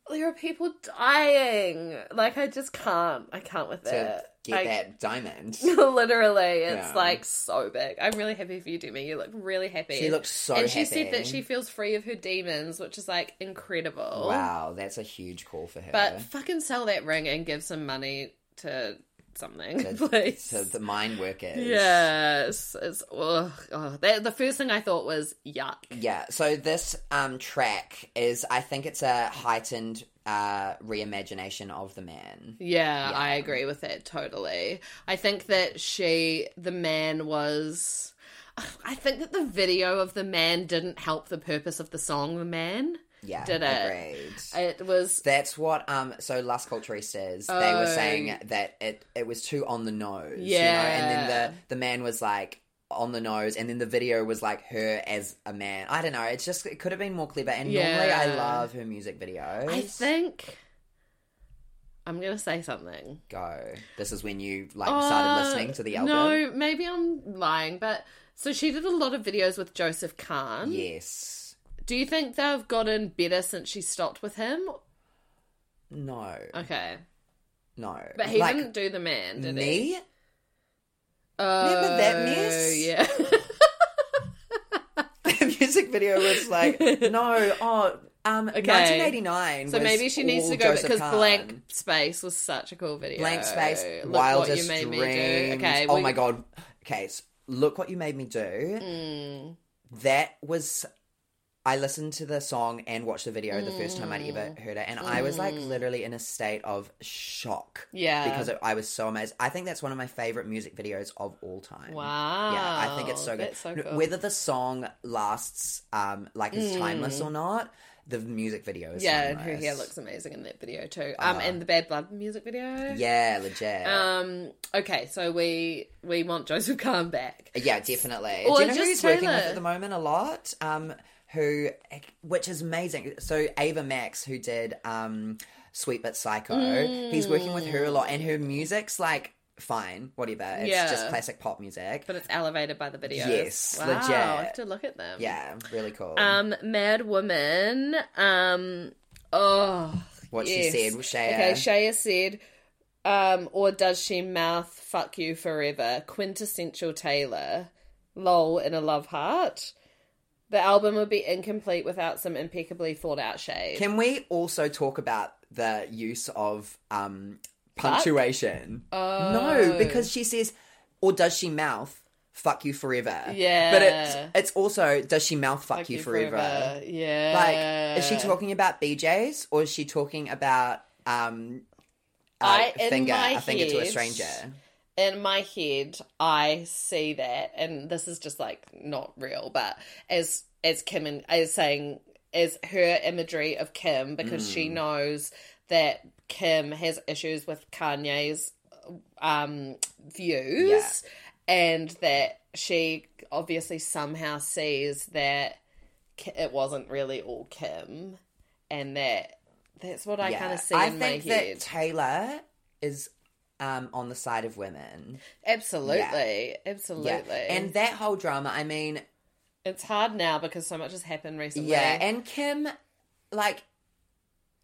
S4: there are people dying. Like I just can't. I can't with
S3: To
S4: it.
S3: get
S4: Like,
S3: that diamond.
S4: Literally, it's
S3: Yeah.
S4: like so big. I'm really happy for you, Demi. You look really happy.
S3: She looks so
S4: and she said
S3: happy.
S4: that she feels free of her demons, which is like incredible.
S3: Wow, that's a huge call for her.
S4: But fucking sell that ring and give some money to something,
S3: to,
S4: please.
S3: to the mine workers.
S4: Yes, it's ugh, oh, that, the first thing I thought was yuck.
S3: Yeah, so this um, track is, I think it's a heightened uh, reimagination of the man.
S4: Yeah, I agree with that totally. I think that she, the man, was. I think that the video of the man didn't help the purpose of the song. The man,
S3: Yeah,
S4: Did it.
S3: agreed.
S4: it was
S3: That's what um so Las Culturistas they were
S4: Oh.
S3: saying that it it was too on the nose. You know?
S4: Yeah.
S3: And then the the man was like on the nose and then the video was like her as a man. I don't know, it's just it could have been more clever and normally I
S4: Yeah.
S3: love her music videos.
S4: I think I'm gonna say something.
S3: go. This is when you like started
S4: Uh,
S3: listening to the album.
S4: No, maybe I'm lying, but so she did a lot of videos with Joseph Kahn.
S3: Yes.
S4: Do you think they've gotten better since she stopped with him?
S3: No,
S4: Okay.
S3: no.
S4: But he
S3: Like,
S4: didn't do the man, did he?
S3: me.
S4: Oh,
S3: Remember that mess?
S4: Yeah.
S3: The music video was like, no, oh, um, 1989.
S4: so
S3: was
S4: maybe she needs
S3: all
S4: to go
S3: Joseph
S4: because
S3: Kahn.
S4: Blank Space was such a cool video.
S3: Blank space,
S4: Look what you
S3: wildest
S4: made me
S3: dreams.
S4: do. Okay.
S3: oh
S4: we-
S3: my god. Okay, so look what you made me do.
S4: Mm.
S3: That was. I listened to the song and watched the video the first time I'd ever
S4: Mm.
S3: heard it, and I was like literally in a state of shock.
S4: Yeah.
S3: because it, I was so amazed. I think that's one of my favorite music videos of all time.
S4: Wow.
S3: Yeah, I think it's so good.
S4: That's so cool.
S3: Whether the song lasts, um, like is timeless or not, the music video is
S4: Mm. yeah, and her
S3: timeless.
S4: hair looks amazing in that video too. Um, and the Bad Blood music video.
S3: Uh, yeah, legit.
S4: Um. Okay, so we we want Joseph Kahn back.
S3: Yeah, definitely.
S4: Or
S3: Do you know who
S4: just
S3: he's working with
S4: Taylor.
S3: at the moment a lot? Um, who, which is amazing. So Ava Max, who did um, Sweet But Psycho, he's working with her a lot, and her music's like fine, whatever. It's
S4: Yeah.
S3: just classic pop music.
S4: But it's elevated by the video.
S3: Yes,
S4: wow,
S3: legit.
S4: I have to look at them.
S3: yeah, really cool.
S4: Um, Mad Woman. Um, oh,
S3: what
S4: yes.
S3: she said, was Shaya.
S4: Okay, Shaya said, um, or does she mouth "fuck you forever"? Quintessential Taylor, lol, in a love heart. The album would be incomplete without some impeccably thought out shade.
S3: Can we also talk about the use of um, punctuation?
S4: Oh,
S3: No, because she says, or does she mouth "fuck you forever"?
S4: Yeah.
S3: but it's it's also does she mouth "fuck, you, forever"?
S4: Yeah.
S3: Like, is she
S4: Uh,
S3: talking about BJ's or is she talking about um, a
S4: I- in
S3: finger,
S4: my
S3: a finger to a
S4: head-
S3: stranger?
S4: in my head i see that and this is just like not real but as as kim and as saying as her imagery of kim because she
S3: Hmm.
S4: knows that kim has issues with kanye's um views
S3: Yeah.
S4: and that she obviously somehow sees that Ki- it wasn't really all kim and that that's what i
S3: yeah.
S4: kind of see
S3: I
S4: in
S3: think
S4: my head
S3: that Taylor is um, on the side of women.
S4: absolutely absolutely
S3: Yeah, and that whole drama. I mean,
S4: It's hard now because so much has happened recently.
S3: Yeah, and Kim, like,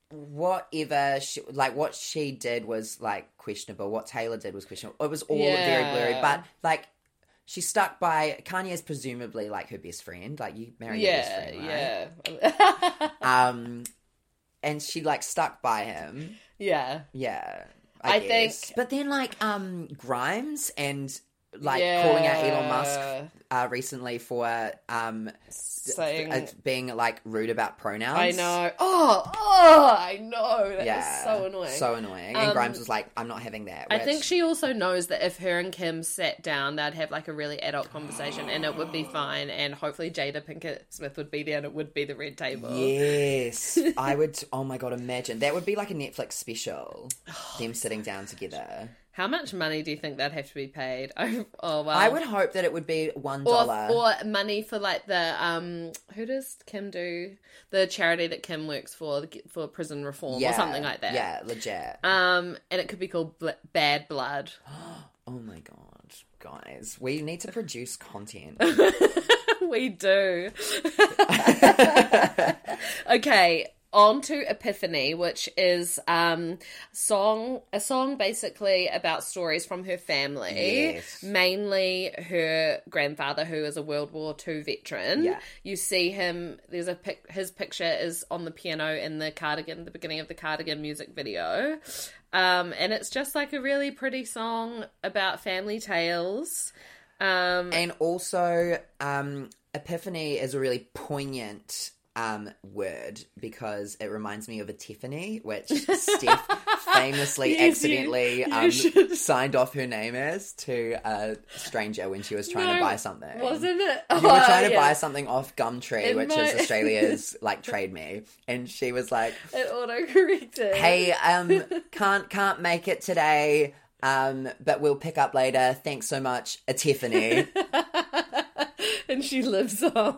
S3: whatever, she, like what she did was like questionable. What Taylor did was questionable. It was all very
S4: Yeah.
S3: blurry, but like she stuck by Kanye's presumably like her best friend. Like you married your best
S4: yeah,
S3: friend, right?
S4: yeah,
S3: Um, and she like stuck by him.
S4: yeah.
S3: Yeah,
S4: I think-
S3: guess. But then like um Grimes and. Like calling out Elon Musk
S4: Yeah.
S3: uh, recently for um,
S4: saying,
S3: uh, being like rude about pronouns.
S4: "I know." Oh, oh, I know. That
S3: Yeah.
S4: was so annoying. Um,
S3: So annoying. And Grimes was like, I'm not having that.
S4: I
S3: which-
S4: think she also knows that if her and Kim sat down, they'd have like a really adult conversation, and it would be fine. And hopefully, Jada Pinkett Smith would be there, and it would be the red table.
S3: Yes. I would. Oh my God, imagine. That would be like a Netflix special. them sitting down together.
S4: How much money do you think that'd have to be paid? Oh, oh wow.
S3: I would hope that it would be $1.
S4: or, or money for like the um who does kim do the charity that kim works for the- for prison reform or something like that
S3: Yeah, legit.
S4: um and it could be called Bl- bad blood
S3: oh my God. Guys, we need to produce content.
S4: we do okay on to epiphany which is um song a song basically about stories from her family
S3: Yes.
S4: mainly her grandfather who is a world war ii veteran
S3: Yeah.
S4: you see him there's a pic his picture is on the piano in the cardigan the beginning of the cardigan music video um and it's just like a really pretty song about family tales um
S3: and also, um, epiphany is a really poignant. Um, word because it reminds me of a Tiffany, which Steph famously
S4: Yes, you-
S3: accidentally
S4: you
S3: um,
S4: should.
S3: signed off her name as to a stranger when she was trying to
S4: No,
S3: buy something.
S4: wasn't it Oh,
S3: You were trying to
S4: yeah.
S3: buy something off Gumtree,
S4: In
S3: which
S4: my-
S3: is Australia's like trade me, and she was like,
S4: it autocorrected
S3: "Hey, um, can't can't make it today." Um, but we'll pick up later. Thanks so much, a Tiffany.
S4: and she she lives on.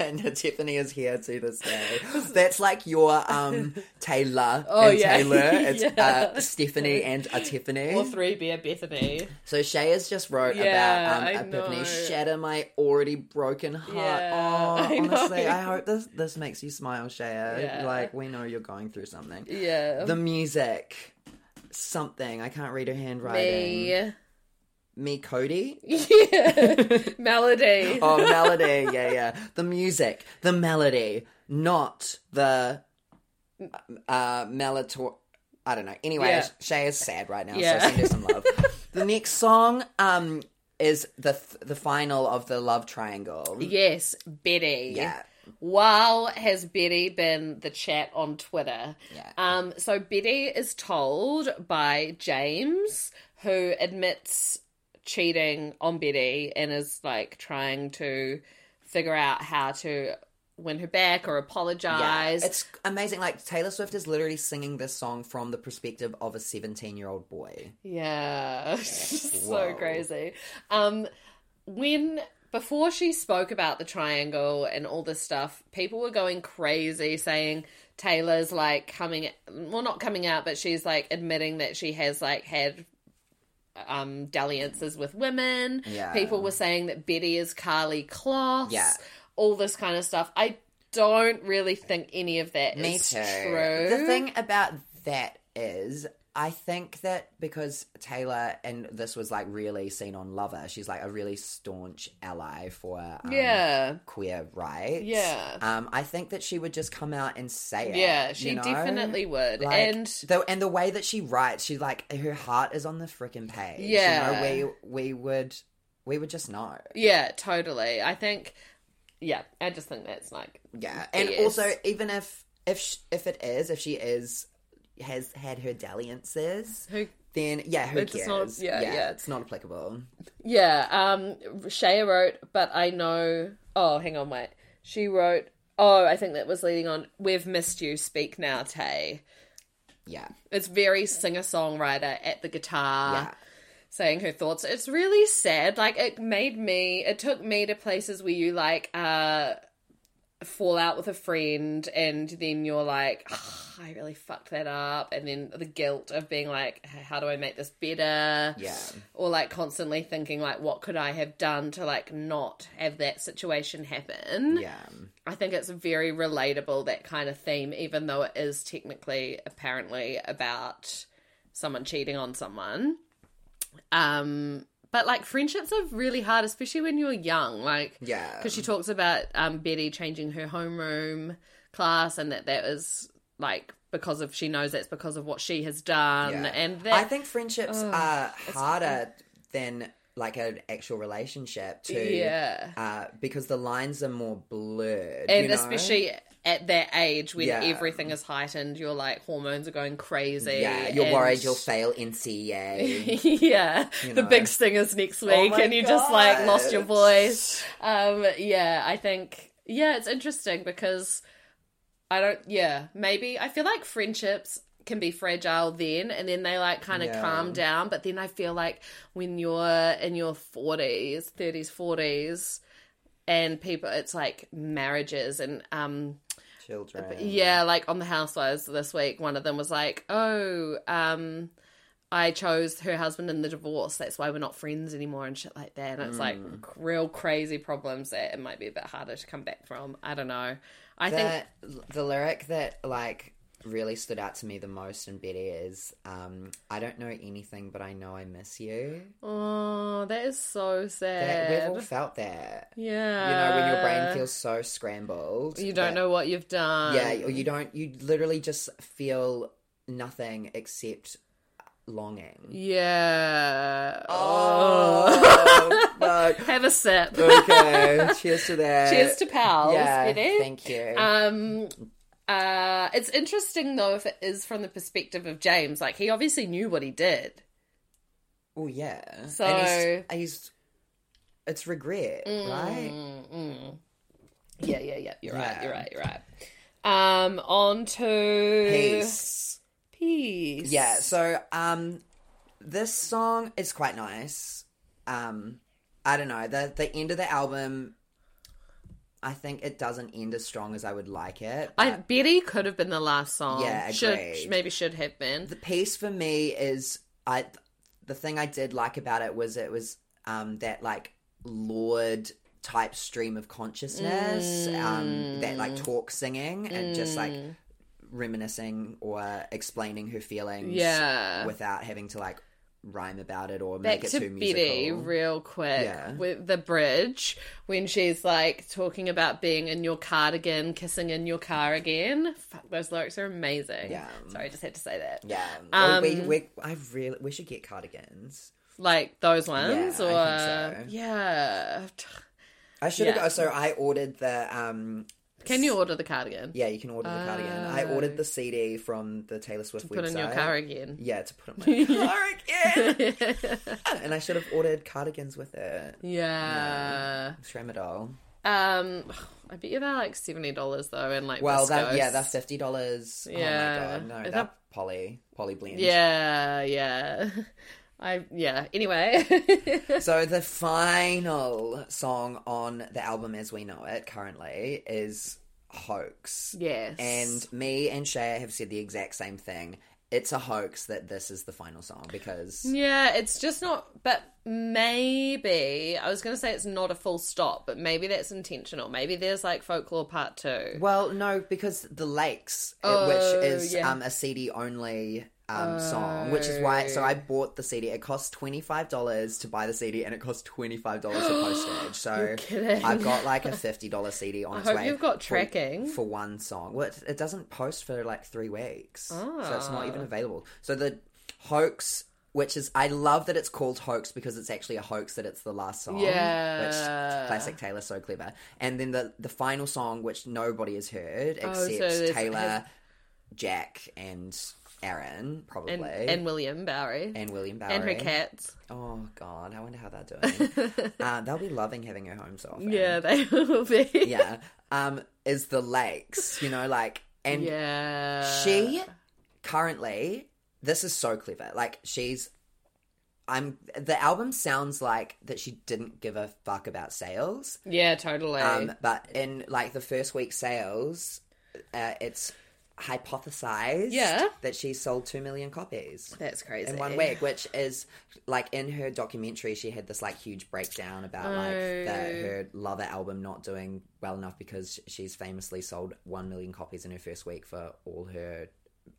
S3: and Tiffany is here to this day. That's like your um Taylor
S4: Oh,
S3: and
S4: yeah.
S3: Taylor. It's
S4: Yeah.
S3: uh, Stephanie and a Tiffany.
S4: or three beer Bethany.
S3: So Shaya's just wrote
S4: Yeah,
S3: about
S4: I
S3: um, Epiphany
S4: know.
S3: shatter my already broken heart.
S4: Yeah,
S3: oh,
S4: I know.
S3: honestly, I hope this this makes you smile, Shaya.
S4: Yeah.
S3: Like we know you're going through something.
S4: Yeah.
S3: The music, something I can't read her handwriting. Me,
S4: me.
S3: Cody.
S4: Yeah. Melody.
S3: Oh, melody. yeah, yeah. The music, the melody, not the uh, melator. I don't know. Anyway,
S4: Yeah.
S3: Shaya's sad right now,
S4: Yeah.
S3: so send her some love. the next song um, is the th- the final of the love triangle.
S4: Yes, Betty.
S3: Yeah.
S4: Wow, has Betty been the chat on Twitter?
S3: Yeah.
S4: Um, so Betty is told by James, who admits cheating on Betty and is like trying to figure out how to win her back or
S3: Yeah.
S4: apologize.
S3: It's amazing. Like Taylor Swift is literally singing this song from the perspective of a seventeen-year-old boy.
S4: Yeah. so
S3: Whoa.
S4: crazy. Um when before she spoke about the triangle and all this stuff, people were going crazy saying Taylor's like coming well not coming out, but she's like admitting that she has like had um dalliances with women.
S3: Yeah.
S4: People were saying that Betty is Carly Kloss.
S3: Yeah.
S4: All this kind of stuff. I don't really think any of that is
S3: Me too.
S4: true.
S3: The thing about that is, I think that because Taylor and this was like really seen on Lover, she's like a really staunch ally for um,
S4: Yeah.
S3: queer rights.
S4: Yeah.
S3: um, I think that she would just come out and say it.
S4: Yeah, she
S3: you know?
S4: definitely would.
S3: Like,
S4: and
S3: the and the way that she writes, she like her heart is on the freaking page. You
S4: Yeah.
S3: know, we we would we would just know.
S4: Yeah, totally. I think, yeah, I just think that's like,
S3: Yeah, and
S4: Yes.
S3: also even if if sh- if it is if she is has had her dalliances,
S4: Who-
S3: then yeah, who
S4: It's
S3: cares?
S4: not- yeah, yeah.
S3: it's not applicable.
S4: yeah. Um, Shaya wrote, but I know. Oh, hang on, wait. She wrote. Oh, I think that was leading on. We've missed you. Speak now, Tay.
S3: Yeah,
S4: It's very singer songwriter at the guitar.
S3: yeah,
S4: saying her thoughts. It's really sad. Like it made me. It took me to places where you like uh fall out with a friend, and then you're like, "Ugh, I really fucked that up, and then the guilt of being like, how do I make this better?
S3: Yeah.
S4: Or like constantly thinking like, what could I have done to like not have that situation happen?
S3: yeah,
S4: I think it's very relatable that kind of theme, even though it is technically apparently about someone cheating on someone. Um, but like friendships are really hard, especially when you're young. Like,
S3: yeah.
S4: because she talks about um, Betty changing her homeroom class, and that that was like because of she knows that's because of what she has done,
S3: Yeah.
S4: and that Oh,
S3: I think friendships are harder than like an actual relationship too.
S4: yeah.
S3: Uh, because the lines are more blurred,
S4: and
S3: you know?
S4: especially at that age when
S3: Yeah.
S4: everything is heightened, your like hormones are going crazy.
S3: yeah, you're
S4: and-
S3: worried you'll fail NCEA.
S4: yeah, the
S3: know. Oh
S4: big singers next week,
S3: my
S4: and you just like lost your
S3: God.
S4: voice. Um, yeah, I think yeah, it's interesting because I don't. Yeah, maybe I feel like friendships can be fragile then and then they like kind of
S3: Yeah.
S4: calm down but then i feel like when you're in your 40s 30s 40s and people it's like marriages and um
S3: Children,
S4: yeah, like on the Housewives this week, one of them was like, "Oh, um, I chose her husband in the divorce. That's why we're not friends anymore," and shit like that. And it's like
S3: Mm.
S4: real crazy problems that it might be a bit harder to come back from. I don't know. I think
S3: the, the lyric that like really stood out to me the most in Betty is um, I don't know anything but I know I miss you.
S4: oh, that is so
S3: That, we've
S4: sad.
S3: all felt that.
S4: yeah,
S3: You know, when your brain feels so scrambled.
S4: Uh. you
S3: that-
S4: don't know what you've done.
S3: Yeah, or you don't you literally just feel nothing except longing.
S4: yeah. Oh.
S3: fuck.
S4: have a sip.
S3: Oh. okay. Cheers to that.
S4: Cheers to pals.
S3: yeah,
S4: Biddy.
S3: Thank you.
S4: Um, uh, it's interesting though if it is from the perspective of James. Like he obviously knew what he did.
S3: oh yeah.
S4: so-
S3: And he's, he's it's regret, right?
S4: Mm. Yeah, yeah, yeah. You're right.
S3: Yeah.
S4: You're right. You're right. Um, on to
S3: Peace.
S4: Peace.
S3: Yeah, so um this song is quite nice. Um I don't know, the the end of the album I think it doesn't end as strong as I would like it.
S4: I,
S3: but-
S4: Betty could have been the last song.
S3: Yeah, agreed.
S4: should maybe should have been.
S3: the piece for me is I the thing I did like about it was it was um that like Lord type stream of consciousness um that
S4: Mm.
S3: like talk singing and just like reminiscing or explaining her feelings
S4: yeah.
S3: without having to like rhyme about it or
S4: Back
S3: make it
S4: to
S3: too
S4: Betty
S3: musical.
S4: real quick
S3: Yeah.
S4: with the bridge when she's like talking about being in your cardigan, kissing in your car again. Fuck, those lyrics are amazing.
S3: Yeah.
S4: Sorry, I just had to say that.
S3: yeah, Oh, we,
S4: Um,
S3: we I really we should get cardigans.
S4: Like those ones,
S3: Yeah, I
S4: or
S3: think so.
S4: yeah.
S3: I should have.
S4: Yeah.
S3: got So I ordered the um
S4: Can you order the cardigan?
S3: Yeah, you can order the cardigan. I
S4: Oh.
S3: ordered the CD from the Taylor Swift
S4: Put
S3: website.
S4: in your car again.
S3: Yeah, to put in my car again. and I should have ordered cardigans with it.
S4: yeah.
S3: Tramadol.
S4: Um, I bet you they're like seventy dollars though, and like
S3: Well, that,
S4: viscose.
S3: yeah, they're fifty dollars.
S4: Yeah.
S3: Oh my god, no,
S4: Is
S3: that poly poly blend.
S4: yeah, yeah. I yeah. Anyway,
S3: So the final song on the album as we know it currently is Hoax.
S4: yes,
S3: And me and Shaya have said the exact same thing. It's a hoax that this is the final song because
S4: yeah, it's just not. But maybe I was going to say it's not a full stop, but maybe that's intentional. Maybe there's like folklore part two.
S3: Well, no, because the lakes, uh,
S4: Oh,
S3: which is
S4: yeah.
S3: um, a CD only um, song, which is why. So I bought the CD. It cost twenty five dollars to buy the CD, and it cost twenty five dollars for postage. So
S4: kidding.
S3: I've got like a fifty dollar CD on
S4: I
S3: its
S4: hope
S3: way.
S4: you've got
S3: for-
S4: tracking.
S3: for, one song. Well, it, it doesn't post for like three weeks, so it's not even
S4: Ah.
S3: available. So the hoax. Which is, I love that it's called hoax because it's actually a hoax that it's the last song.
S4: Yeah.
S3: Which classic Taylor, so clever. And then the the final song, which nobody has heard
S4: Oh, so
S3: except
S4: there's-
S3: Taylor,
S4: has-
S3: Jack, and Aaron, probably,
S4: and,
S3: and,
S4: and William Bowery and,
S3: William Bowery
S4: her cats.
S3: Oh God, I wonder how they're doing. uh, they'll be loving having her home so often.
S4: Yeah, they will be.
S3: yeah. Um, is the lakes, you know, like and
S4: yeah.
S3: she currently this is so clever like she's i'm the album sounds like that she didn't give a fuck about sales
S4: Yeah, totally.
S3: um but in like the first week sales uh, it's hypothesized
S4: Yeah.
S3: that she sold 2 million copies
S4: That's crazy.
S3: in one week, which is like in her documentary, she had this like huge breakdown about like the,
S4: Oh.
S3: her Lover album not doing well enough because she's famously sold one million copies in her first week for all her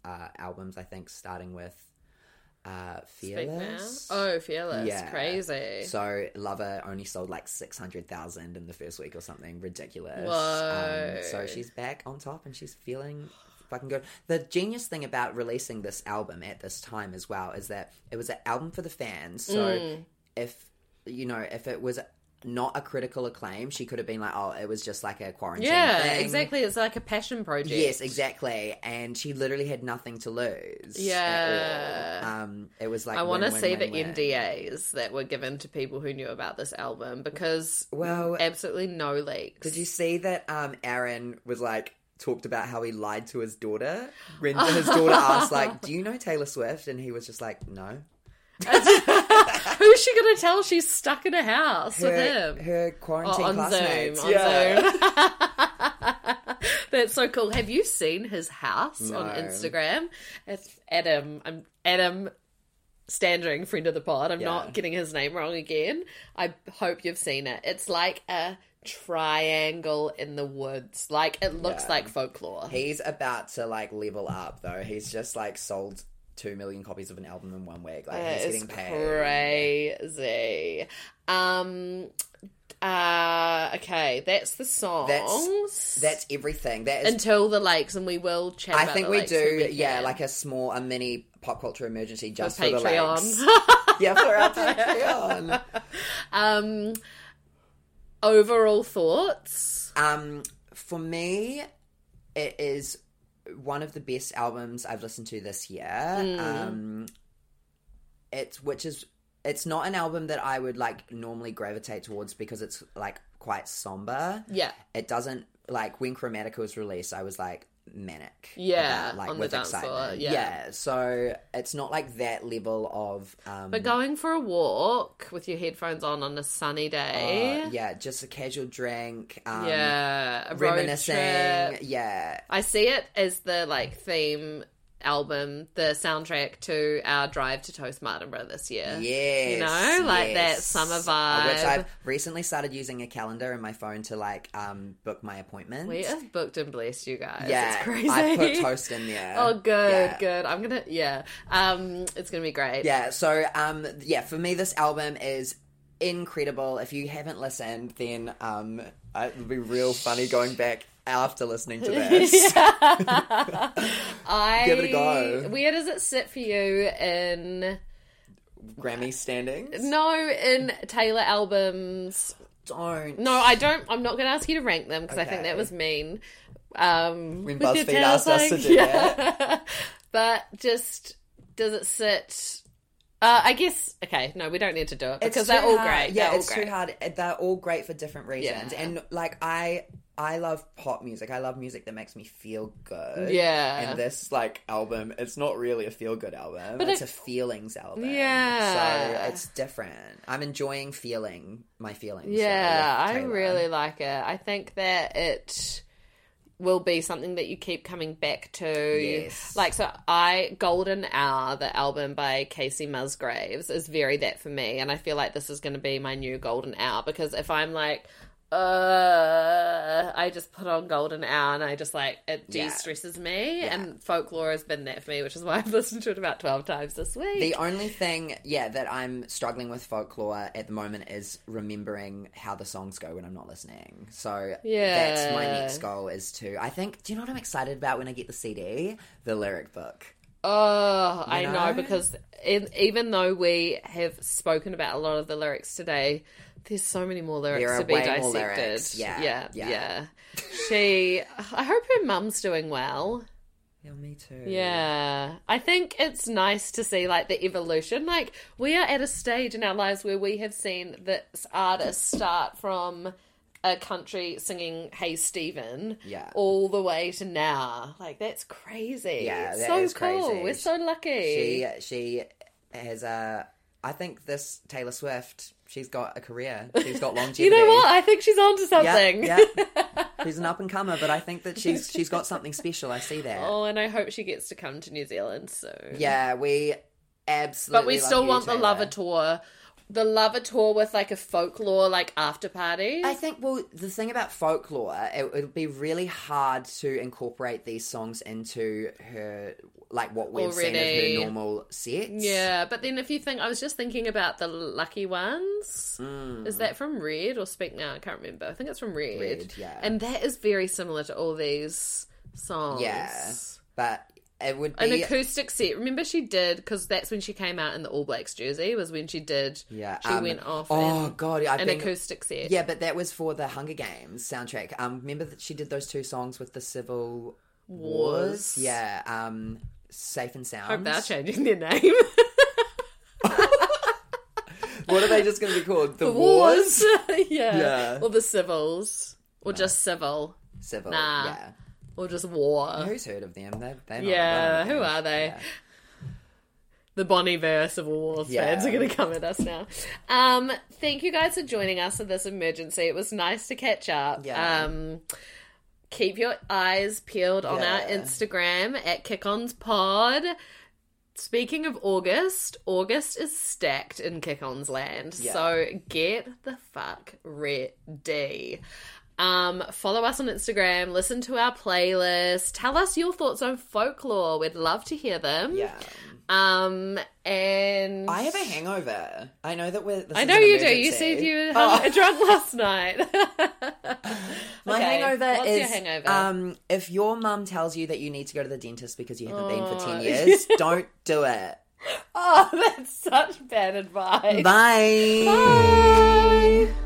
S3: uh, albums. I think starting with uh,
S4: Speak now.
S3: Fearless.
S4: Oh, fearless.
S3: Yeah.
S4: Crazy.
S3: So Lover only sold like six hundred thousand in the first week or something ridiculous.
S4: Whoa.
S3: Um, so she's back on top and she's feeling fucking good. The genius thing about releasing this album at this time as well is that it was an album for the fans. So
S4: Mm.
S3: if you know if it was not a critical acclaim, she could have been like, "Oh, it was just like a quarantine."
S4: yeah,
S3: thing.
S4: exactly. It's like a passion project.
S3: Yes, exactly. And she literally had nothing to lose. at
S4: Yeah.
S3: all. Um, it was like
S4: I want to
S3: win, win,
S4: see
S3: win,
S4: the
S3: win.
S4: NDAs that were given to people who knew about this album because
S3: Well,
S4: absolutely no leaks.
S3: Did you see that um, Aaron was like talked about how he lied to his daughter when his daughter asked like, "Do you know Taylor Swift?" and he was just like, "No."
S4: Who's she going to tell? She's stuck in a house with
S3: Her,
S4: him.
S3: her
S4: Oh,
S3: quarantine
S4: on Zoom.
S3: classmates.
S4: On Zoom. That's so cool. Have you seen his house on
S3: No.
S4: Instagram? It's Adam. I'm Adam Standring, friend of the pod. I'm
S3: Yeah.
S4: not getting his name wrong again. I hope you've seen it. It's like a triangle in the woods. Like it looks
S3: Yeah.
S4: like folklore.
S3: He's about to like level up though. He's just like sold two million copies of an album in one week. Like
S4: That
S3: he's
S4: is
S3: getting paid.
S4: crazy. Um. Uh, okay, that's the songs.
S3: That's everything. That is.
S4: until the lakes, and we will chat.
S3: I
S4: about
S3: think
S4: the
S3: we
S4: lakes when
S3: do.
S4: we
S3: yeah,
S4: can.
S3: like a small, a mini pop culture emergency just for, the
S4: Patreon.
S3: legs. yeah, for our Patreon.
S4: um, overall thoughts.
S3: Um, for me, it is one of the best albums I've listened to this year.
S4: Hmm.
S3: Um, it's which is it's not an album that I would like normally gravitate towards because it's like quite somber.
S4: Yeah,
S3: It doesn't like when Chromatica was released. I was like, manic.
S4: Yeah,
S3: about, like
S4: on the
S3: with
S4: dance floor,
S3: excitement.
S4: yeah.
S3: so it's not like that level of. Um,
S4: But going for a walk with your headphones on on a sunny day.
S3: uh, yeah, just a casual drink. Um,
S4: yeah, a road
S3: reminiscing.
S4: trip.
S3: Yeah,
S4: I see it as the like theme album, the soundtrack to our drive to Toast Martinborough this year.
S3: Yes.
S4: you know, like that
S3: yes.
S4: summer
S3: Uh,
S4: vibe.
S3: Which I've recently started using a calendar in my phone to like um book my appointments.
S4: We have booked and blessed you guys.
S3: yeah,
S4: it's crazy.
S3: I put toast in there.
S4: Oh, good,
S3: Yeah.
S4: good. I'm gonna, yeah. Um, it's gonna be great.
S3: Yeah, so um yeah, for me this album is incredible. If you haven't listened, then um it would be real funny going back after listening to this.
S4: I
S3: Give it a go.
S4: Where does it sit for you in?
S3: Grammy standings.
S4: No, in Taylor albums.
S3: Don't.
S4: No, I don't. I'm not gonna ask you to rank them because I think
S3: Okay.
S4: that was mean. Um,
S3: When
S4: with your
S3: BuzzFeed asked us to do
S4: tailspin. but just does it sit? Uh, I guess okay. No, we don't need to do it because
S3: It's
S4: they're
S3: too
S4: all
S3: hard.
S4: great.
S3: Yeah,
S4: they're
S3: it's
S4: all great.
S3: too hard. They're all great for different reasons.
S4: Yeah.
S3: And like I, I love pop music. I love music that makes me feel good.
S4: Yeah.
S3: And this like album, it's not really a feel good album.
S4: But
S3: it's
S4: it-
S3: a feelings album.
S4: Yeah.
S3: So it's different. I'm enjoying feeling my feelings. that
S4: Yeah,
S3: left
S4: I
S3: Taylor.
S4: really like it. I think that it will be something that you keep coming back to. You-
S3: Yes.
S4: Like so I Golden Hour, the album by Casey Musgraves, is very that for me and I feel like this is gonna be my new golden hour because if I'm like uh I just put on Golden Hour and I just like it de
S3: Yeah.
S4: stresses me and folklore has been that for me, which is why I've listened to it about twelve times this week.
S3: The only thing, yeah, that I'm struggling with folklore at the moment is remembering how the songs go when I'm not listening. So that's my
S4: Yeah.
S3: next goal is to. I think. Do you know what I'm excited about when I get the CD? The lyric book.
S4: Oh, I know,
S3: know?
S4: because in, even though we have spoken about a lot of the lyrics today, there's so many more lyrics
S3: There are
S4: to be
S3: way more
S4: dissected.
S3: lyrics. Yeah,
S4: yeah,
S3: yeah.
S4: yeah. she, I hope her mum's doing well.
S3: Yeah, me too.
S4: Yeah, I think it's nice to see like the evolution. Like we are at a stage in our lives where we have seen this artist start from a country singing "Hey Stephen,"
S3: Yeah.
S4: all the way to now. Like that's crazy.
S3: Yeah,
S4: It's
S3: that
S4: so
S3: is
S4: cool.
S3: crazy.
S4: We're so lucky.
S3: She she has a. I think this Taylor Swift. She's got a career. She's got longevity.
S4: you know what? I think she's onto
S3: uh, Yeah,
S4: something.
S3: yeah. She's an up and comer, but I think that she's she's got something special. I see that.
S4: oh, and I hope she gets to come to New Zealand soon.
S3: Yeah, we absolutely.
S4: but we
S3: love
S4: still
S3: you,
S4: want
S3: Taylor.
S4: the lover tour. The lover tour with like a folklore like after party.
S3: I think, well, the thing about folklore, it would be really hard to incorporate these songs into her, like what we've
S4: Already.
S3: seen of her normal sets.
S4: Yeah, but then if you think, I was just thinking about the lucky ones.
S3: Hmm.
S4: Is that from Red or Speak Now? I can't remember. I think it's from Red.
S3: Red, yeah.
S4: And that is very similar to all these songs.
S3: Yeah. But it would
S4: An
S3: be.
S4: acoustic set. Remember, she did because that's when she came out in the All Blacks jersey. Was when she did.
S3: yeah,
S4: she
S3: um,
S4: went off.
S3: Oh
S4: in
S3: god, I've
S4: an
S3: been,
S4: acoustic set.
S3: Yeah, but that was for the Hunger Games soundtrack. Um, remember that she did those two songs with the Civil Wars.
S4: Wars.
S3: Yeah, um, Safe and Sound.
S4: Hope they're changing their name.
S3: What are they just going to be called? The,
S4: Wars.
S3: Wars.
S4: yeah.
S3: Yeah.
S4: Or the civils, or just civil,
S3: Civil.
S4: Nah.
S3: Yeah.
S4: or just war.
S3: Who's heard of them? They're, they're not
S4: Yeah,
S3: around
S4: who
S3: again.
S4: are they?
S3: Yeah.
S4: The Bonnie verse of Wars
S3: Yeah.
S4: fans are going to come at us now. Um, thank you guys for joining us in this emergency. It was nice to catch up.
S3: Yeah.
S4: Um, keep your eyes peeled on our
S3: Yeah.
S4: Instagram at KickOnsPod. Speaking of August, August is stacked in Kick-On's land.
S3: Yeah.
S4: So get the fuck ready. Um, follow us on Instagram, listen to our playlist, tell us your thoughts on folklore. We'd love to hear them.
S3: Yeah.
S4: Um, and
S3: I have a hangover. I know that we're. This
S4: I
S3: is
S4: know
S3: an
S4: you do. You
S3: emergency.
S4: said you were
S3: Oh,
S4: hung- drunk last night.
S3: my
S4: Okay,
S3: hangover
S4: what's
S3: is
S4: your hangover?
S3: um if your mum tells you that you need to go to the dentist because you haven't been for
S4: Oh,
S3: ten years, don't do it.
S4: oh, that's such bad advice.
S3: Bye.
S4: Bye.